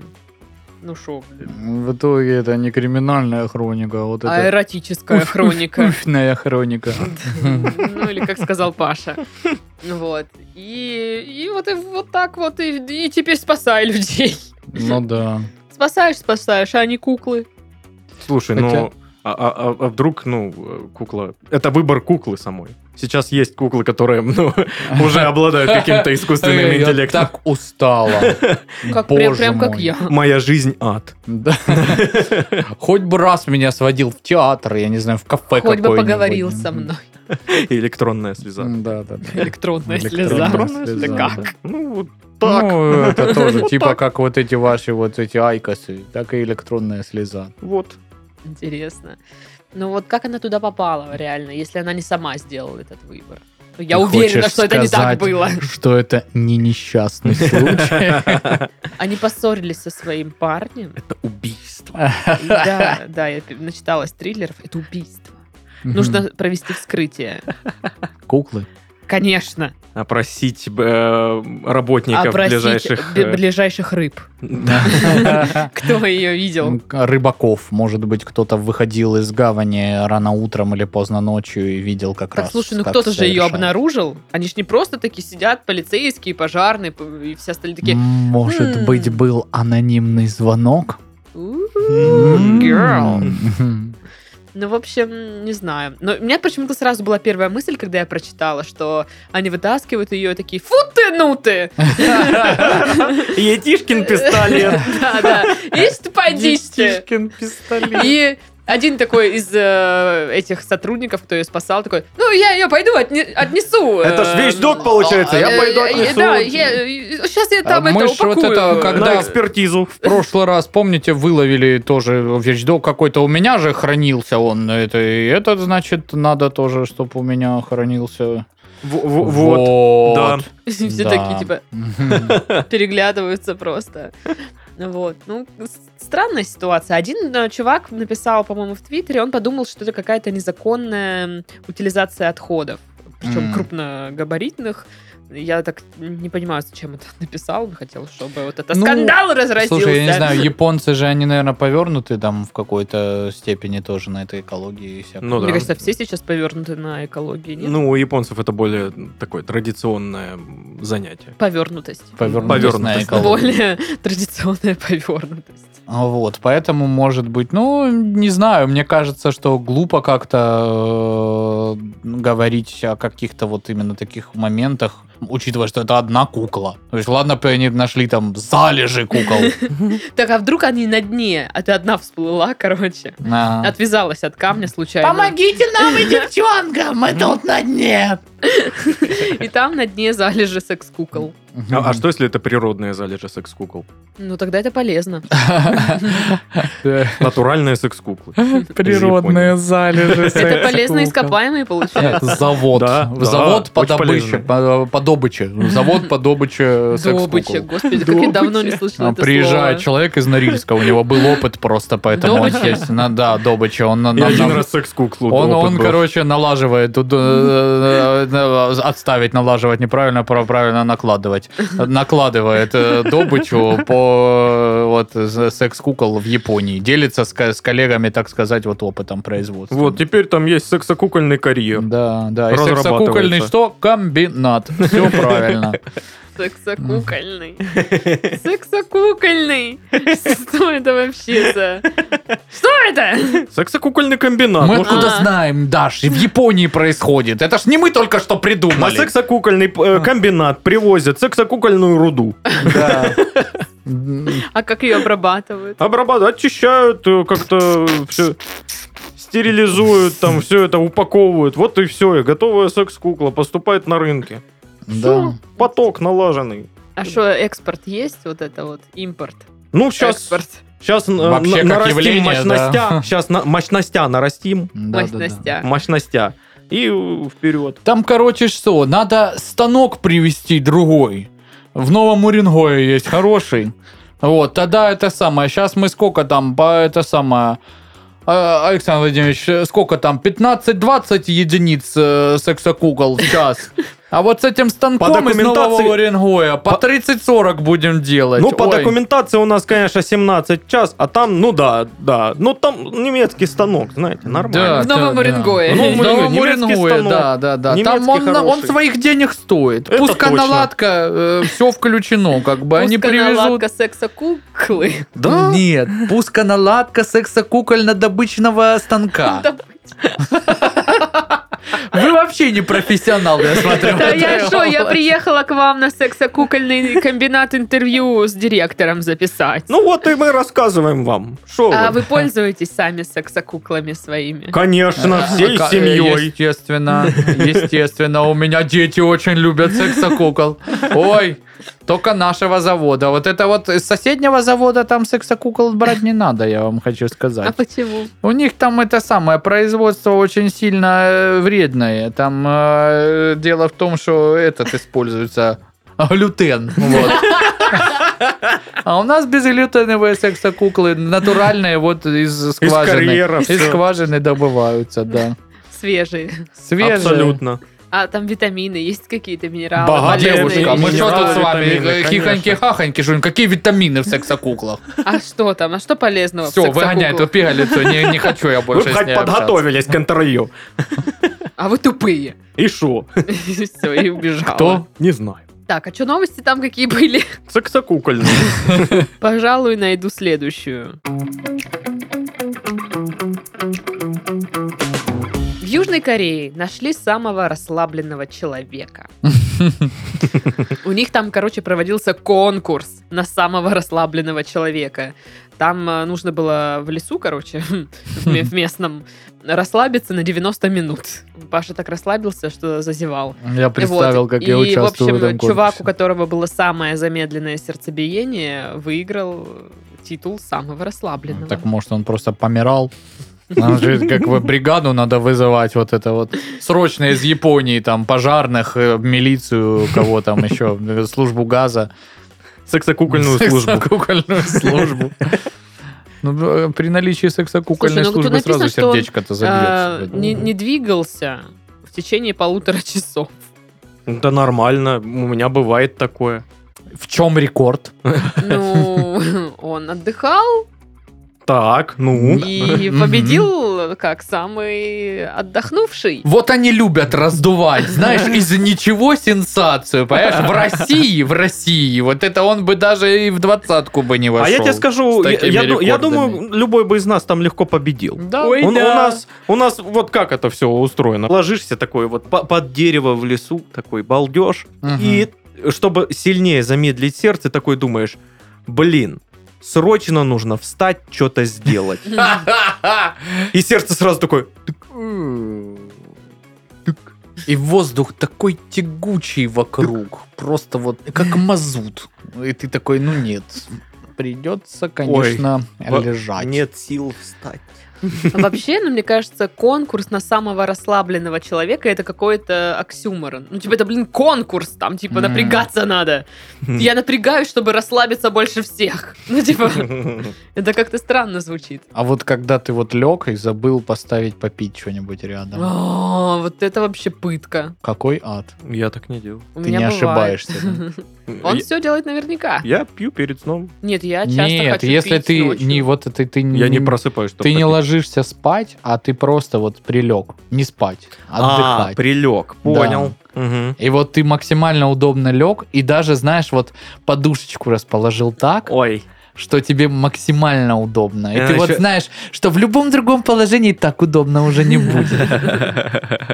Speaker 1: ну шо, блин,
Speaker 2: В итоге это не криминальная хроника, а вот
Speaker 1: а
Speaker 2: это...
Speaker 1: эротическая
Speaker 2: Уф,
Speaker 1: хроника.
Speaker 2: Уфная хроника.
Speaker 1: [laughs] Ну, или как сказал Паша. Вот. И, и вот, и вот так вот, и, и теперь спасай людей.
Speaker 2: [laughs] Ну да.
Speaker 1: Спасаешь, спасаешь, а они куклы.
Speaker 3: Слушай, ну, а- а а- а вдруг, ну, э, кукла... Это выбор куклы самой. Сейчас есть куклы, которые, [laughs] ну, уже обладают каким-то
Speaker 1: [laughs]
Speaker 3: искусственным
Speaker 2: Эй, я
Speaker 3: интеллектом.
Speaker 2: так устала.
Speaker 1: Как, прям,
Speaker 2: Боже
Speaker 1: прям как
Speaker 2: мой.
Speaker 1: я.
Speaker 3: Моя жизнь ад.
Speaker 2: Да. [laughs] Хоть бы раз меня сводил в театр, я не знаю, в кафе
Speaker 1: Хоть бы
Speaker 2: какое-нибудь.
Speaker 1: поговорил со мной.
Speaker 3: Электронная слеза.
Speaker 2: М, Да,
Speaker 1: [laughs]
Speaker 2: да, да.
Speaker 1: Электронная слеза.
Speaker 2: Электронная
Speaker 3: Электронная
Speaker 2: слеза,
Speaker 3: слеза.
Speaker 1: Да
Speaker 3: да. Ну, вот так.
Speaker 2: Ну, [laughs] это тоже
Speaker 1: Вот
Speaker 2: типа
Speaker 1: так.
Speaker 2: как вот эти ваши вот эти айкосы, так и электронная слеза.
Speaker 1: Ну.
Speaker 3: Вот.
Speaker 1: [laughs] Интересно. Ну вот как она туда попала реально, если она не сама сделала этот выбор? Я
Speaker 2: Ты
Speaker 1: уверена,
Speaker 2: хочешь
Speaker 1: что это не так
Speaker 2: сказать,
Speaker 1: было.
Speaker 2: Что это
Speaker 1: [laughs]
Speaker 2: не несчастный случай.
Speaker 1: Они поссорились со своим парнем.
Speaker 3: Это убийство.
Speaker 1: И
Speaker 2: [laughs]
Speaker 1: Да, да, я пи- начиталась триллеров. Это убийство. Нужно провести вскрытие.
Speaker 2: Куклы.
Speaker 1: Конечно.
Speaker 3: Опросить э, работников
Speaker 1: Опросить
Speaker 3: ближайших...
Speaker 1: бе-
Speaker 3: э,
Speaker 1: А,
Speaker 3: [laughs]
Speaker 1: ближайших рыб. [laughs]
Speaker 2: [laughs]
Speaker 1: Кто ее видел?
Speaker 2: а Рыбаков. Может быть, кто-то выходил из гавани рано утром или поздно ночью и видел как раз.
Speaker 1: Так, слушай, ну
Speaker 2: как
Speaker 1: кто-то же ее
Speaker 2: совершают.
Speaker 1: обнаружил. Они же не просто такие сидят, полицейские, пожарные п- и все остальные такие.
Speaker 2: Может
Speaker 1: «М-м».
Speaker 2: быть, был анонимный звонок?
Speaker 1: «У-у-у, girl».
Speaker 2: [laughs] М.
Speaker 1: Ну, в общем, не знаю. Но у меня почему-то сразу была первая мысль, когда я прочитала, что они вытаскивают ее и такие «Фу ты, ну
Speaker 3: [laughs]
Speaker 1: ты!»
Speaker 3: Етишкин пистолет.
Speaker 1: Да, да. Ишь ты, подись ты.
Speaker 3: пистолет.
Speaker 1: И один такой из э, этих сотрудников, кто ее спасал, такой, ну, я ее пойду отне- отнесу.
Speaker 3: Это ж
Speaker 1: э,
Speaker 3: вещдок, получается, я
Speaker 1: э,
Speaker 3: пойду
Speaker 1: э,
Speaker 3: отнесу.
Speaker 1: Да, сейчас я там
Speaker 2: А
Speaker 1: это
Speaker 2: мы ж вот
Speaker 1: упакую.
Speaker 2: это как-
Speaker 3: На
Speaker 2: Когда-
Speaker 3: экспертизу.
Speaker 2: В прошлый раз, помните, выловили тоже вещдок какой-то. У меня же хранился он. Это, и этот, значит, надо тоже, чтобы у меня хранился.
Speaker 3: В- в- Вот. Да.
Speaker 1: [laughs] Все
Speaker 2: Да.
Speaker 1: такие, типа,
Speaker 2: Мгм. [laughs]
Speaker 1: переглядываются просто. Вот. Ну, с- странная ситуация. Один э, чувак написал, по-моему, в Твиттере, он подумал, что это какая-то незаконная м, утилизация отходов, причем
Speaker 2: М.
Speaker 1: крупногабаритных. Я так не понимаю, зачем это написал. Он хотел, чтобы вот это
Speaker 2: Ну,
Speaker 1: скандал разразился.
Speaker 2: Слушай, я не знаю, японцы же, они, наверное, повернуты там в какой-то степени тоже на этой экологии и всякое.
Speaker 3: Ну
Speaker 1: Мне
Speaker 3: да.
Speaker 1: кажется, все сейчас повернуты на экологии, нет?
Speaker 3: Ну, у японцев это более такое традиционное занятие.
Speaker 1: Повернутость.
Speaker 2: Повернутость на
Speaker 3: Повернутость.
Speaker 2: экологию.
Speaker 1: Более [laughs] традиционная повернутость.
Speaker 2: А Вот, поэтому, может быть, ну, не знаю, мне кажется, что глупо как-то э, говорить о каких-то вот именно таких моментах, учитывая, что это одна кукла. То есть, ладно бы они нашли там
Speaker 1: [laughs]
Speaker 2: залежи кукол.
Speaker 1: Так, а вдруг они на дне, а ты одна всплыла, короче.
Speaker 2: А.
Speaker 1: Отвязалась от камня случайно.
Speaker 2: нам
Speaker 1: [laughs]
Speaker 2: и девчонкам, мы тут на дне.
Speaker 1: И там на дне залежи секс-кукол.
Speaker 3: А а что, если это природные залежи секс-кукол?
Speaker 1: Ну, тогда это
Speaker 2: [laughs]
Speaker 1: полезно.
Speaker 3: э, Натуральные
Speaker 2: [laughs]
Speaker 3: секс-куклы.
Speaker 2: Природные залежи.
Speaker 1: Это полезно
Speaker 2: ископаемые.
Speaker 1: ископаемые, получается.
Speaker 2: Завод.
Speaker 3: Да, да,
Speaker 2: Завод по
Speaker 3: очень
Speaker 2: добыче,
Speaker 3: полезно.
Speaker 2: по по добыче. Завод по добыче
Speaker 1: Добыча,
Speaker 2: секс-кукол.
Speaker 1: господи, как я давно не
Speaker 3: Добыча.
Speaker 1: слышала это
Speaker 2: Ну, Приезжает
Speaker 1: слово.
Speaker 2: человек из Норильска, у него
Speaker 1: [laughs]
Speaker 2: был опыт просто, поэтому он
Speaker 1: Добыча.
Speaker 2: здесь, на- да, добыча, он на-
Speaker 3: Я
Speaker 2: на-
Speaker 3: один
Speaker 2: на-
Speaker 3: раз секс-куклу
Speaker 2: он,
Speaker 3: опыт
Speaker 2: он,
Speaker 3: был.
Speaker 2: короче, налаживает, тут, э, э, отставить, налаживать неправильно, пора правильно накладывать. Накладывает э, добычу по э, вот э, секс-кукол в Японии. Делится с, ко- с коллегами, так сказать, вот опытом производства.
Speaker 3: Вот, теперь там есть сексокукольный карьер.
Speaker 2: Да, да. И
Speaker 3: Разрабатывается.
Speaker 2: сексокукольный что? Комбинат. Все
Speaker 3: [laughs]
Speaker 2: правильно.
Speaker 1: Сексокукольный.
Speaker 2: [laughs]
Speaker 1: Сексокукольный. Что это вообще за... Что это?
Speaker 3: Сексокукольный комбинат.
Speaker 2: Мы
Speaker 3: Ну что
Speaker 2: откуда
Speaker 1: а.
Speaker 2: знаем, Даш? И в Японии происходит. Это ж не мы только что
Speaker 3: На
Speaker 2: придумали.
Speaker 3: сексокукольный
Speaker 2: А.
Speaker 3: э, комбинат привозят сексокукольную руду.
Speaker 2: Да.
Speaker 1: А как ее обрабатывают?
Speaker 3: Обрабатывают, очищают, э, как-то все стерилизуют, там все это упаковывают. Вот и все, и готовая секс-кукла поступает на рынке.
Speaker 2: Да.
Speaker 3: Поток налаженный.
Speaker 1: А что, экспорт есть? Вот это вот, импорт.
Speaker 3: Ну, сейчас,
Speaker 1: Экспорт.
Speaker 3: сейчас
Speaker 2: Вообще как
Speaker 3: э, нарастим
Speaker 2: явление,
Speaker 3: мощностя.
Speaker 2: да.
Speaker 3: Сейчас на, мощностя нарастим.
Speaker 2: Да, да, да.
Speaker 1: Мощностя.
Speaker 3: Мощностя. И э, вперед.
Speaker 2: Там, короче, что, надо станок привезти другой. В Новом Уренгое есть хороший. Вот, тогда это самое. Сейчас мы сколько там, по это самое... А, Александр Владимирович, э, сколько там? 15-20 единиц э, сексокукол в час. А вот с этим станком
Speaker 3: По
Speaker 2: из Нового
Speaker 3: документации-
Speaker 2: Уренгоя по 30-40 будем делать.
Speaker 3: Ну, по
Speaker 2: Ой.
Speaker 3: документации у нас, конечно, 17 час, а там, ну да, да. Ну, там немецкий станок, знаете,
Speaker 2: Да,
Speaker 3: нормально. Ну,
Speaker 1: В Новом
Speaker 2: да, да.
Speaker 1: Уренгое.
Speaker 2: В Новом
Speaker 3: В Новом
Speaker 2: Уренгое,
Speaker 3: Уренгое, станок.
Speaker 2: да, да, да. Там
Speaker 3: Немецкий
Speaker 2: он, на- он
Speaker 3: хороший.
Speaker 2: своих денег стоит.
Speaker 3: Это
Speaker 2: Пуска
Speaker 3: точно.
Speaker 2: наладка, все включено, как бы. Они привезут...
Speaker 1: Пусконаладка секса-куклы.
Speaker 2: Нет, пуска наладка секса кукольно-добычного
Speaker 1: [laughs]
Speaker 2: станка.
Speaker 1: Да.
Speaker 2: Вы вообще не профессионал, я смотрю.
Speaker 1: Да я что, я приехала к вам на секса-кукольный комбинат интервью с директором записать.
Speaker 3: Ну вот и мы рассказываем вам. Шо
Speaker 1: А
Speaker 3: вы.
Speaker 1: вы пользуетесь сами секса-куклами своими?
Speaker 3: Конечно, всей
Speaker 2: Ка- э,
Speaker 3: семьей.
Speaker 2: Естественно, естественно. У меня дети очень любят секса-кукол. Ой, только нашего завода. Вот это вот из соседнего завода там секса-кукол брать не надо, я вам хочу
Speaker 1: А
Speaker 2: сказать.
Speaker 1: почему?
Speaker 2: У них там это самое производство очень сильно э, вредное. Там э, дело в том, что этот используется а, глютен. Вот. А у нас безглютеновые секса-куклы натуральные вот из скважины.
Speaker 3: карьера
Speaker 2: Из
Speaker 3: всё.
Speaker 2: скважины добываются, да.
Speaker 1: Свежие.
Speaker 2: Свежие.
Speaker 3: Абсолютно.
Speaker 1: А там витамины есть какие-то минералы?
Speaker 3: Богатые
Speaker 1: полезные
Speaker 2: А Девушка,
Speaker 3: Витамины,
Speaker 2: мы что
Speaker 1: вещества?
Speaker 2: тут с
Speaker 3: витамины,
Speaker 2: вами?
Speaker 3: конечно.
Speaker 2: Хихоньки-хахоньки, Жунь, какие витамины в секса-куклах?
Speaker 1: А что там? А что полезного [laughs] в
Speaker 2: Все,
Speaker 1: секса-куклах?
Speaker 2: выгоняй, тупига лицо, не, не хочу я
Speaker 3: Вы
Speaker 2: больше
Speaker 3: б
Speaker 2: с
Speaker 3: хоть
Speaker 2: ней общаться.
Speaker 3: подготовились к интервью.
Speaker 1: А вы тупые. [laughs]
Speaker 3: И шо? А,
Speaker 1: Все, и убежала.
Speaker 2: А Кто?
Speaker 3: Не знаю.
Speaker 1: Так, а что новости там какие были?
Speaker 3: Сексокукольный.
Speaker 1: Пожалуй, найду следующую. В Южной Корее нашли самого расслабленного человека. У них там, короче, проводился конкурс на самого расслабленного человека. Там э, нужно было в лесу, короче, [laughs] в ме- в местном, расслабиться на 90 минут. Паша так расслабился, что зазевал.
Speaker 2: Я представил,
Speaker 1: Вот.
Speaker 2: как
Speaker 1: и,
Speaker 2: я участвую
Speaker 1: в общем,
Speaker 2: в этом
Speaker 1: чувак, у
Speaker 2: конкурсе.
Speaker 1: которого было самое замедленное сердцебиение, выиграл титул самого расслабленного.
Speaker 2: Ну, А, Так может он просто помирал? Нам же
Speaker 1: [laughs]
Speaker 2: как бы бригаду надо вызывать вот это вот срочно из Японии, там, пожарных, э, милицию, кого там еще, э, службу газа. [laughs]
Speaker 3: Сексокукольную службу. [laughs]
Speaker 2: Кукольную службу. Ну, э, при наличии
Speaker 1: Слушай,
Speaker 2: секса-кукольной
Speaker 1: ну, тут
Speaker 2: службы
Speaker 1: написано,
Speaker 2: сразу
Speaker 1: что он,
Speaker 2: сердечко-то
Speaker 1: А,
Speaker 2: забьется.
Speaker 1: не, не двигался в течение полутора часов. [laughs]
Speaker 3: Да нормально, у меня бывает такое.
Speaker 2: В чем рекорд?
Speaker 1: Ну, он
Speaker 2: [laughs]
Speaker 1: отдыхал
Speaker 3: Так, ну.
Speaker 1: и
Speaker 2: Мгм.
Speaker 1: победил как самый отдохнувший.
Speaker 2: Вот они любят раздувать,
Speaker 1: [laughs]
Speaker 2: знаешь, из ничего сенсацию, понимаешь? В России, в России, вот это он бы даже и в двадцатку бы не вошел.
Speaker 3: А я тебе скажу,
Speaker 2: с
Speaker 3: я-
Speaker 2: такими
Speaker 3: я, ду- я
Speaker 2: рекордами.
Speaker 3: думаю, любой бы из нас там легко победил.
Speaker 2: Да.
Speaker 1: Ой,
Speaker 3: Он- у,
Speaker 1: да. [laughs]
Speaker 3: нас, у нас вот как это все устроено. Ложишься такой вот по- под дерево в лесу, такой балдеж,
Speaker 2: Мгм.
Speaker 3: И чтобы сильнее замедлить сердце, такой думаешь, блин, срочно нужно встать, что-то сделать. [laughs]
Speaker 2: [laughs]
Speaker 1: А,
Speaker 3: И сердце сразу такое... тык, м.
Speaker 2: И воздух такой тягучий вокруг, просто вот как мазут. И ты такой, ну нет, придется, конечно,
Speaker 3: Во-
Speaker 2: лежать.
Speaker 3: Нет «А сил встать.
Speaker 1: Вообще, ну, мне кажется, конкурс на самого расслабленного человека это какой-то оксюморон. Ну, типа, это, блин, конкурс, там, типа,
Speaker 2: М.
Speaker 1: напрягаться надо.
Speaker 2: Хм.
Speaker 1: Я напрягаюсь, чтобы расслабиться больше всех. [laughs] Ну, типа,
Speaker 2: Хм.
Speaker 1: это как-то странно звучит.
Speaker 2: А вот когда ты вот лег и забыл поставить попить что-нибудь
Speaker 1: Ну,
Speaker 2: рядом,
Speaker 1: О, вот это вообще пытка.
Speaker 2: какой ад.
Speaker 3: [laughs] Я так не делал.
Speaker 1: У
Speaker 2: Ты
Speaker 1: меня
Speaker 2: не
Speaker 1: бывает.
Speaker 2: ошибаешься. да?
Speaker 1: [laughs] Он
Speaker 3: Я-
Speaker 1: все делает наверняка.
Speaker 3: Я пью перед сном.
Speaker 1: Нет, я часто
Speaker 2: Нет,
Speaker 1: хочу
Speaker 2: если
Speaker 1: пить
Speaker 2: ты
Speaker 1: ночью.
Speaker 2: не вот это ты
Speaker 3: Я не
Speaker 2: не
Speaker 3: просыпаюсь. чтоб
Speaker 2: Ты не
Speaker 3: попить.
Speaker 2: ложишься спать, а ты просто вот прилег. Не спать,
Speaker 3: А,
Speaker 2: отдыхать.
Speaker 3: прилег. Понял. Мгм.
Speaker 2: И вот ты максимально удобно лег, и даже, знаешь, вот подушечку расположил так,
Speaker 3: Ой.
Speaker 2: что тебе максимально удобно. И
Speaker 3: Я
Speaker 2: ты вот
Speaker 3: Э, ещё-
Speaker 2: знаешь, что в любом другом положении так удобно уже не будет.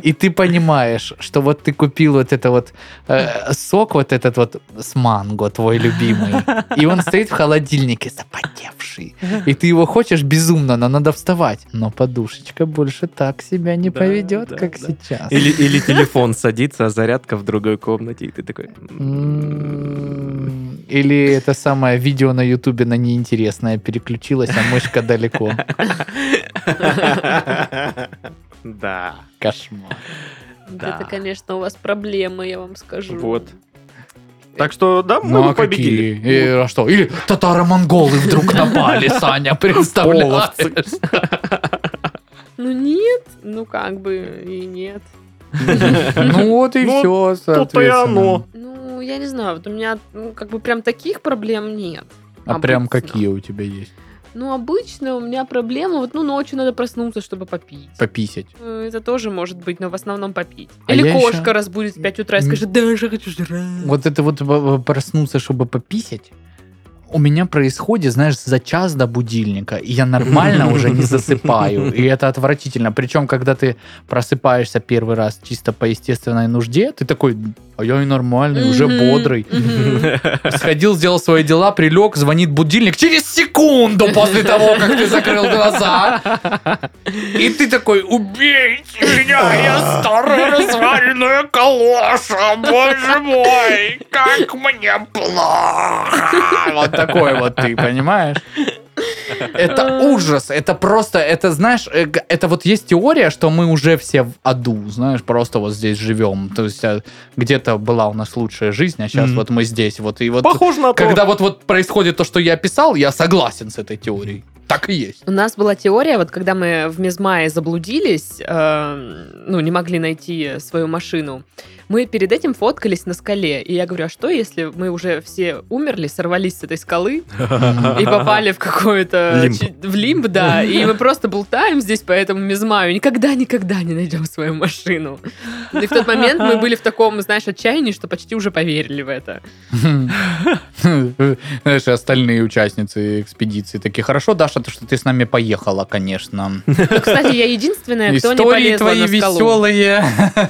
Speaker 2: И ты понимаешь, что вот ты купил вот это вот э, сок, вот этот вот с манго, твой любимый. И он стоит в холодильнике запотевший. И ты его хочешь безумно, но надо вставать. Но подушечка больше так себя не
Speaker 3: Да,
Speaker 2: поведет,
Speaker 3: да,
Speaker 2: как
Speaker 3: да. [laughs]
Speaker 2: сейчас.
Speaker 3: Или, или телефон садится, а зарядка в другой комнате, и ты такой... «М-м-м». м.
Speaker 2: М, М-м-м. Или это самое видео на Ютубе на неинтересное переключилось, а
Speaker 3: [laughs]
Speaker 2: мышка далеко.
Speaker 3: Да.
Speaker 2: Кошмар.
Speaker 1: Вот
Speaker 3: Да.
Speaker 1: Это, конечно, у вас проблемы, я вам скажу.
Speaker 3: Вот. Так что, да, мы
Speaker 2: Ну а
Speaker 3: победили.
Speaker 2: какие? Э, а что? Или татаро-монголы
Speaker 3: [laughs]
Speaker 2: вдруг напали, Саня, представляешь?
Speaker 1: Ну нет, ну как бы и нет.
Speaker 2: Ну вот и
Speaker 3: Ну,
Speaker 2: все,
Speaker 3: Тут и
Speaker 2: соответственно.
Speaker 3: оно.
Speaker 1: Ну, я не знаю, вот у меня ну, как бы прям таких проблем нет.
Speaker 2: А прям
Speaker 1: Обычно.
Speaker 2: какие у тебя есть?
Speaker 1: Ну, обычно у меня проблема, вот, ну, ночью надо проснуться, чтобы попить.
Speaker 2: Пописать.
Speaker 1: Э, Это тоже может быть, но в основном попить.
Speaker 2: А
Speaker 1: Или
Speaker 2: я
Speaker 1: кошка
Speaker 2: ещё-
Speaker 1: разбудит в 5 утра и
Speaker 2: М.
Speaker 1: скажет, да, я хочу жрать.
Speaker 2: Вот это вот э, проснуться, чтобы пописать, у меня происходит, знаешь, за час до будильника, и я нормально уже не засыпаю, и
Speaker 3: [laughs]
Speaker 2: это отвратительно. Причем, когда ты просыпаешься первый раз чисто по естественной нужде, ты такой, а я и нормальный, уже
Speaker 1: Мгм,
Speaker 2: бодрый.
Speaker 1: мгм.
Speaker 2: Сходил, сделал свои дела, прилег, звонит будильник через секунду после того, как ты закрыл глаза. И ты такой, убейте меня, я старая разваренная калоша, боже мой, как мне плохо. Вот такой вот ты, понимаешь? Это ужас, это просто, это знаешь, э, г- это вот есть теория, что мы уже все в аду, знаешь, просто вот здесь живем. То есть э, где-то была у нас лучшая жизнь, а сейчас
Speaker 3: Мгм.
Speaker 2: вот мы здесь вот и вот.
Speaker 3: Похоже
Speaker 1: а
Speaker 3: на то.
Speaker 2: Когда вот вот происходит то, что я писал, я согласен с этой теорией. Так и есть.
Speaker 1: У нас была теория, вот когда мы в Мезмае заблудились, э, ну, не могли найти свою машину, мы перед этим фоткались на скале. И я говорю, а что, если мы уже все умерли, сорвались с этой скалы и попали в какое-то...
Speaker 3: Лимб.
Speaker 1: чи- В лимб, да. И мы просто болтаем здесь по этому Мезмаю. Никогда-никогда не найдем свою машину. И в тот момент мы были в таком, знаешь, отчаянии, что почти уже поверили в это.
Speaker 2: [laughs] Знаешь, и остальные участницы экспедиции такие, хорошо, Даша, то, что ты с нами поехала, конечно.
Speaker 1: Но, кстати, я единственная, кто не
Speaker 2: Истории
Speaker 1: полезла
Speaker 2: твои
Speaker 1: на скалу.
Speaker 2: веселые.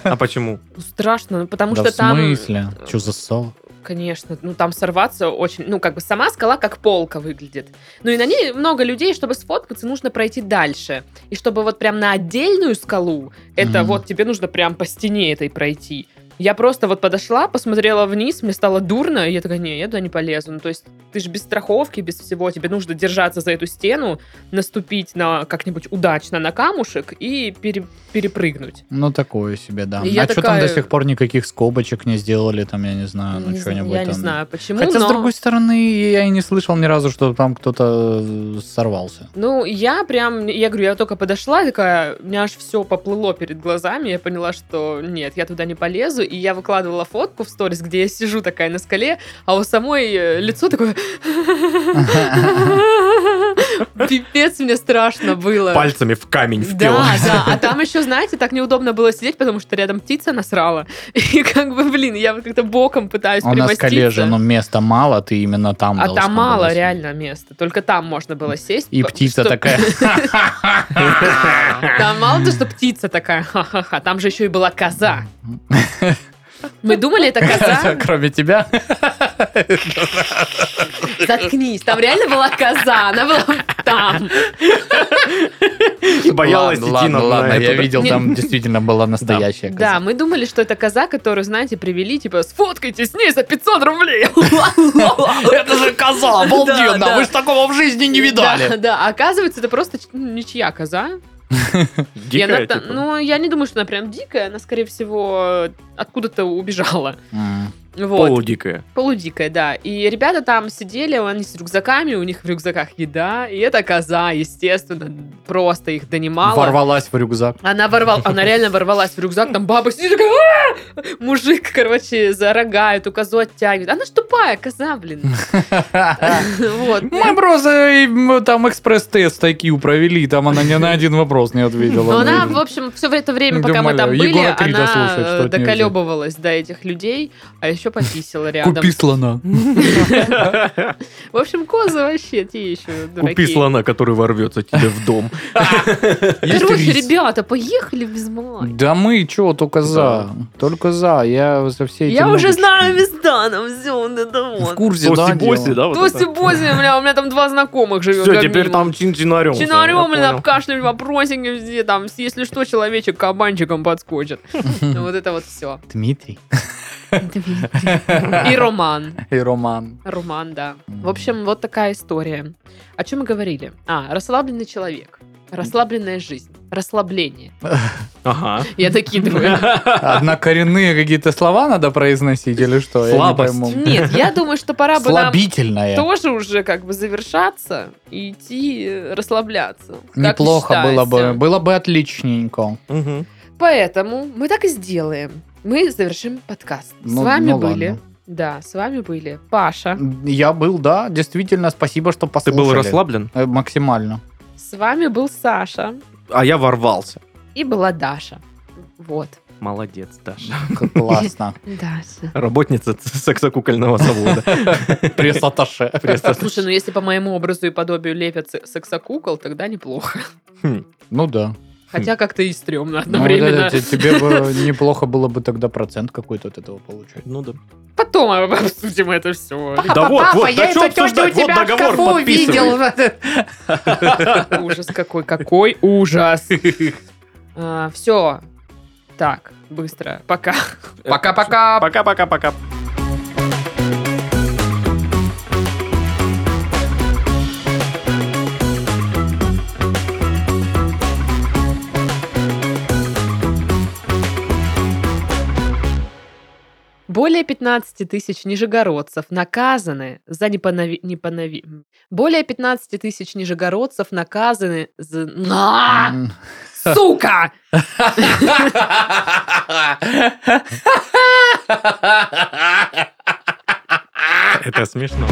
Speaker 3: А почему?
Speaker 1: Ну, Страшно, потому
Speaker 2: Да
Speaker 1: что
Speaker 2: в
Speaker 1: там...
Speaker 2: смысле? Че за ссал?
Speaker 1: Конечно, ну там сорваться очень, ну как бы сама скала как полка выглядит. Ну и на ней много людей, чтобы сфоткаться, нужно пройти дальше. И чтобы вот прям на отдельную скалу, это
Speaker 2: Мгм.
Speaker 1: вот тебе нужно прям по стене этой пройти. Я просто вот подошла, посмотрела вниз, мне стало дурно, и я такая, не, я туда не полезу. Ну, то есть ты же без страховки, без всего, тебе нужно держаться за эту стену, наступить на как-нибудь удачно на камушек и пере- перепрыгнуть.
Speaker 2: Ну, такое себе, да.
Speaker 1: И я
Speaker 2: а что там
Speaker 1: такая-
Speaker 2: до сих пор никаких скобочек не сделали, там, я не знаю, ну,
Speaker 1: Не зн-
Speaker 2: что-нибудь
Speaker 1: я
Speaker 2: там.
Speaker 1: не знаю, почему,
Speaker 2: Хотя,
Speaker 1: но-
Speaker 2: с другой стороны, я и не слышал ни разу, что там кто-то э, сорвался.
Speaker 1: Ну, я прям, я говорю, я только подошла, такая, у меня аж все поплыло перед глазами, я поняла, что нет, я туда не полезу, и я выкладывала фотку в сторис, где я сижу такая на скале, а у самой э, лицо такое... [laughs] Пипец, мне страшно было.
Speaker 3: Пальцами в камень
Speaker 1: Да,
Speaker 3: впилась.
Speaker 1: да, а там еще, знаете, так неудобно было сидеть, потому что рядом птица насрала. [laughs] И как бы, блин, я вот как-то боком пытаюсь
Speaker 2: А на скале же,
Speaker 1: примоститься.
Speaker 2: ну, места мало, ты именно там
Speaker 1: А
Speaker 2: должна
Speaker 1: там мало
Speaker 2: была сидеть.
Speaker 1: реально места. Только там можно было сесть.
Speaker 2: И
Speaker 1: п-
Speaker 2: птица
Speaker 1: чтоб-
Speaker 2: такая.
Speaker 1: [laughs] Там мало то, что птица такая, ха-ха-ха, там
Speaker 2: [laughs]
Speaker 1: же еще и была коза. Мы думали, это коза. [laughs]
Speaker 2: Кроме тебя. [laughs]
Speaker 1: Заткнись, там реально была коза, она была там.
Speaker 3: И боялась
Speaker 2: Ладно,
Speaker 3: идти
Speaker 2: ладно,
Speaker 3: на
Speaker 2: ладно,
Speaker 3: на
Speaker 2: я
Speaker 3: эту-
Speaker 2: видел, там действительно была настоящая
Speaker 1: Да,
Speaker 2: коза.
Speaker 1: мы думали, что это коза, которую, знаете, привели, типа, сфоткайте с ней за 500 рублей. [laughs]
Speaker 2: [laughs] Это же коза,
Speaker 1: Да, да.
Speaker 2: обалденно, вы же такого в жизни [laughs] не
Speaker 1: Да, [laughs]
Speaker 2: видали.
Speaker 1: да, оказывается, это просто ч- ну, ничья коза. И она
Speaker 3: Дикая,
Speaker 1: та-
Speaker 3: типа.
Speaker 1: Ну, я не думаю, что она прям дикая, она, скорее всего, откуда-то убежала.
Speaker 2: М.
Speaker 1: Вот.
Speaker 3: Полудикая.
Speaker 1: Полудикая, да. И ребята там сидели, они с рюкзаками, у них в рюкзаках еда, и эта коза, естественно, просто их донимала.
Speaker 2: Ворвалась в рюкзак.
Speaker 1: Она ворвал, она реально ворвалась в рюкзак, там баба сидит такая, «А!» мужик, короче, за рога эту козу оттягивает. Она ж тупая коза,
Speaker 2: [laughs]
Speaker 1: блин. Вот.
Speaker 2: [laughs] Мы просто э, мы там экспресс-тест IQ провели, там она ни на один вопрос не
Speaker 1: Но
Speaker 2: ответила.
Speaker 1: она, в
Speaker 2: Ну,
Speaker 1: общем, все это время,
Speaker 2: Я
Speaker 1: пока мы там
Speaker 2: умоляю,
Speaker 1: были,
Speaker 2: Егора Крида
Speaker 1: она
Speaker 2: слушать, что
Speaker 1: э,
Speaker 2: от неё
Speaker 1: доколебывалась до этих людей, а еще пописала рядом.
Speaker 2: Купи слона.
Speaker 1: В общем, козы вообще те еще дураки.
Speaker 3: Купи слона, который ворвется тебе в [laughs] дом.
Speaker 2: Есть
Speaker 1: Короче,
Speaker 2: рис.
Speaker 1: ребята, поехали без мая.
Speaker 2: Да мы чего, только за. Только за. Я за все эти
Speaker 1: Я уже
Speaker 2: новости.
Speaker 1: знаю места, нам все вот это
Speaker 2: В
Speaker 1: вот.
Speaker 2: курсе, да,
Speaker 3: Тоси-боси,
Speaker 2: дело.
Speaker 3: да? вот это?
Speaker 1: Тоси Боси, бля, у меня там два знакомых живет.
Speaker 3: Все,
Speaker 1: как
Speaker 3: теперь
Speaker 1: минимум.
Speaker 3: там чин-чинарем.
Speaker 1: Чинарем, блин, обкашляли вопросики везде, там, с- если что, человечек кабанчиком подскочит. Ну, Вот это вот все.
Speaker 2: Дмитрий.
Speaker 1: И Роман.
Speaker 2: И Роман.
Speaker 1: Роман, да. В общем, вот такая история. О чем мы говорили? А, расслабленный человек. Расслабленная жизнь. Расслабление.
Speaker 3: Ага.
Speaker 1: Я докидываю.
Speaker 2: Одна коренные какие-то слова надо произносить или что? Я не
Speaker 3: Слабость.
Speaker 2: пойму.
Speaker 1: Нет, я думаю, что пора бы нам
Speaker 2: Слабительная.
Speaker 1: тоже уже как бы завершаться и идти э, расслабляться. Как вы
Speaker 2: Неплохо было бы.
Speaker 1: считаете?
Speaker 2: Было бы отличненько.
Speaker 3: [laughs] Мгм.
Speaker 1: Поэтому мы так и сделаем. Мы завершим подкаст.
Speaker 2: Ну-
Speaker 1: с вами
Speaker 2: ну
Speaker 1: были.
Speaker 2: ладно.
Speaker 1: Да, с вами были Паша.
Speaker 2: Я был, да, действительно, спасибо, что
Speaker 3: Ты
Speaker 2: послушали.
Speaker 3: был расслаблен?
Speaker 2: Э, Максимально.
Speaker 1: С вами был Саша.
Speaker 3: А я ворвался.
Speaker 1: И была Даша. Вот.
Speaker 3: Молодец, Даша. [laughs]
Speaker 2: Классно.
Speaker 1: Даша.
Speaker 3: Работница сексокукольного [laughs] завода.
Speaker 2: Пресс-атташе.
Speaker 1: Слушай, ну если по моему образу и подобию лепят се- сексокукол, тогда неплохо.
Speaker 2: Ну да.
Speaker 1: Хотя как-то и стрёмно
Speaker 2: Ну, вот
Speaker 1: одновременно.
Speaker 2: это те- Тебе бы неплохо было бы тогда процент какой-то от этого получать.
Speaker 3: Ну да.
Speaker 1: Потом об- обсудим это все.
Speaker 3: Да вот, вот, да что обсуждать? Вот договор подписывай.
Speaker 1: Ужас какой, какой ужас. Все. Так, быстро. Пока.
Speaker 2: Пока-пока.
Speaker 3: Пока-пока-пока.
Speaker 1: Более 15 тысяч нижегородцев наказаны за непонови... непонови... Более 15 тысяч нижегородцев наказаны за... На!
Speaker 2: М.
Speaker 1: Сука!
Speaker 3: Это смешно.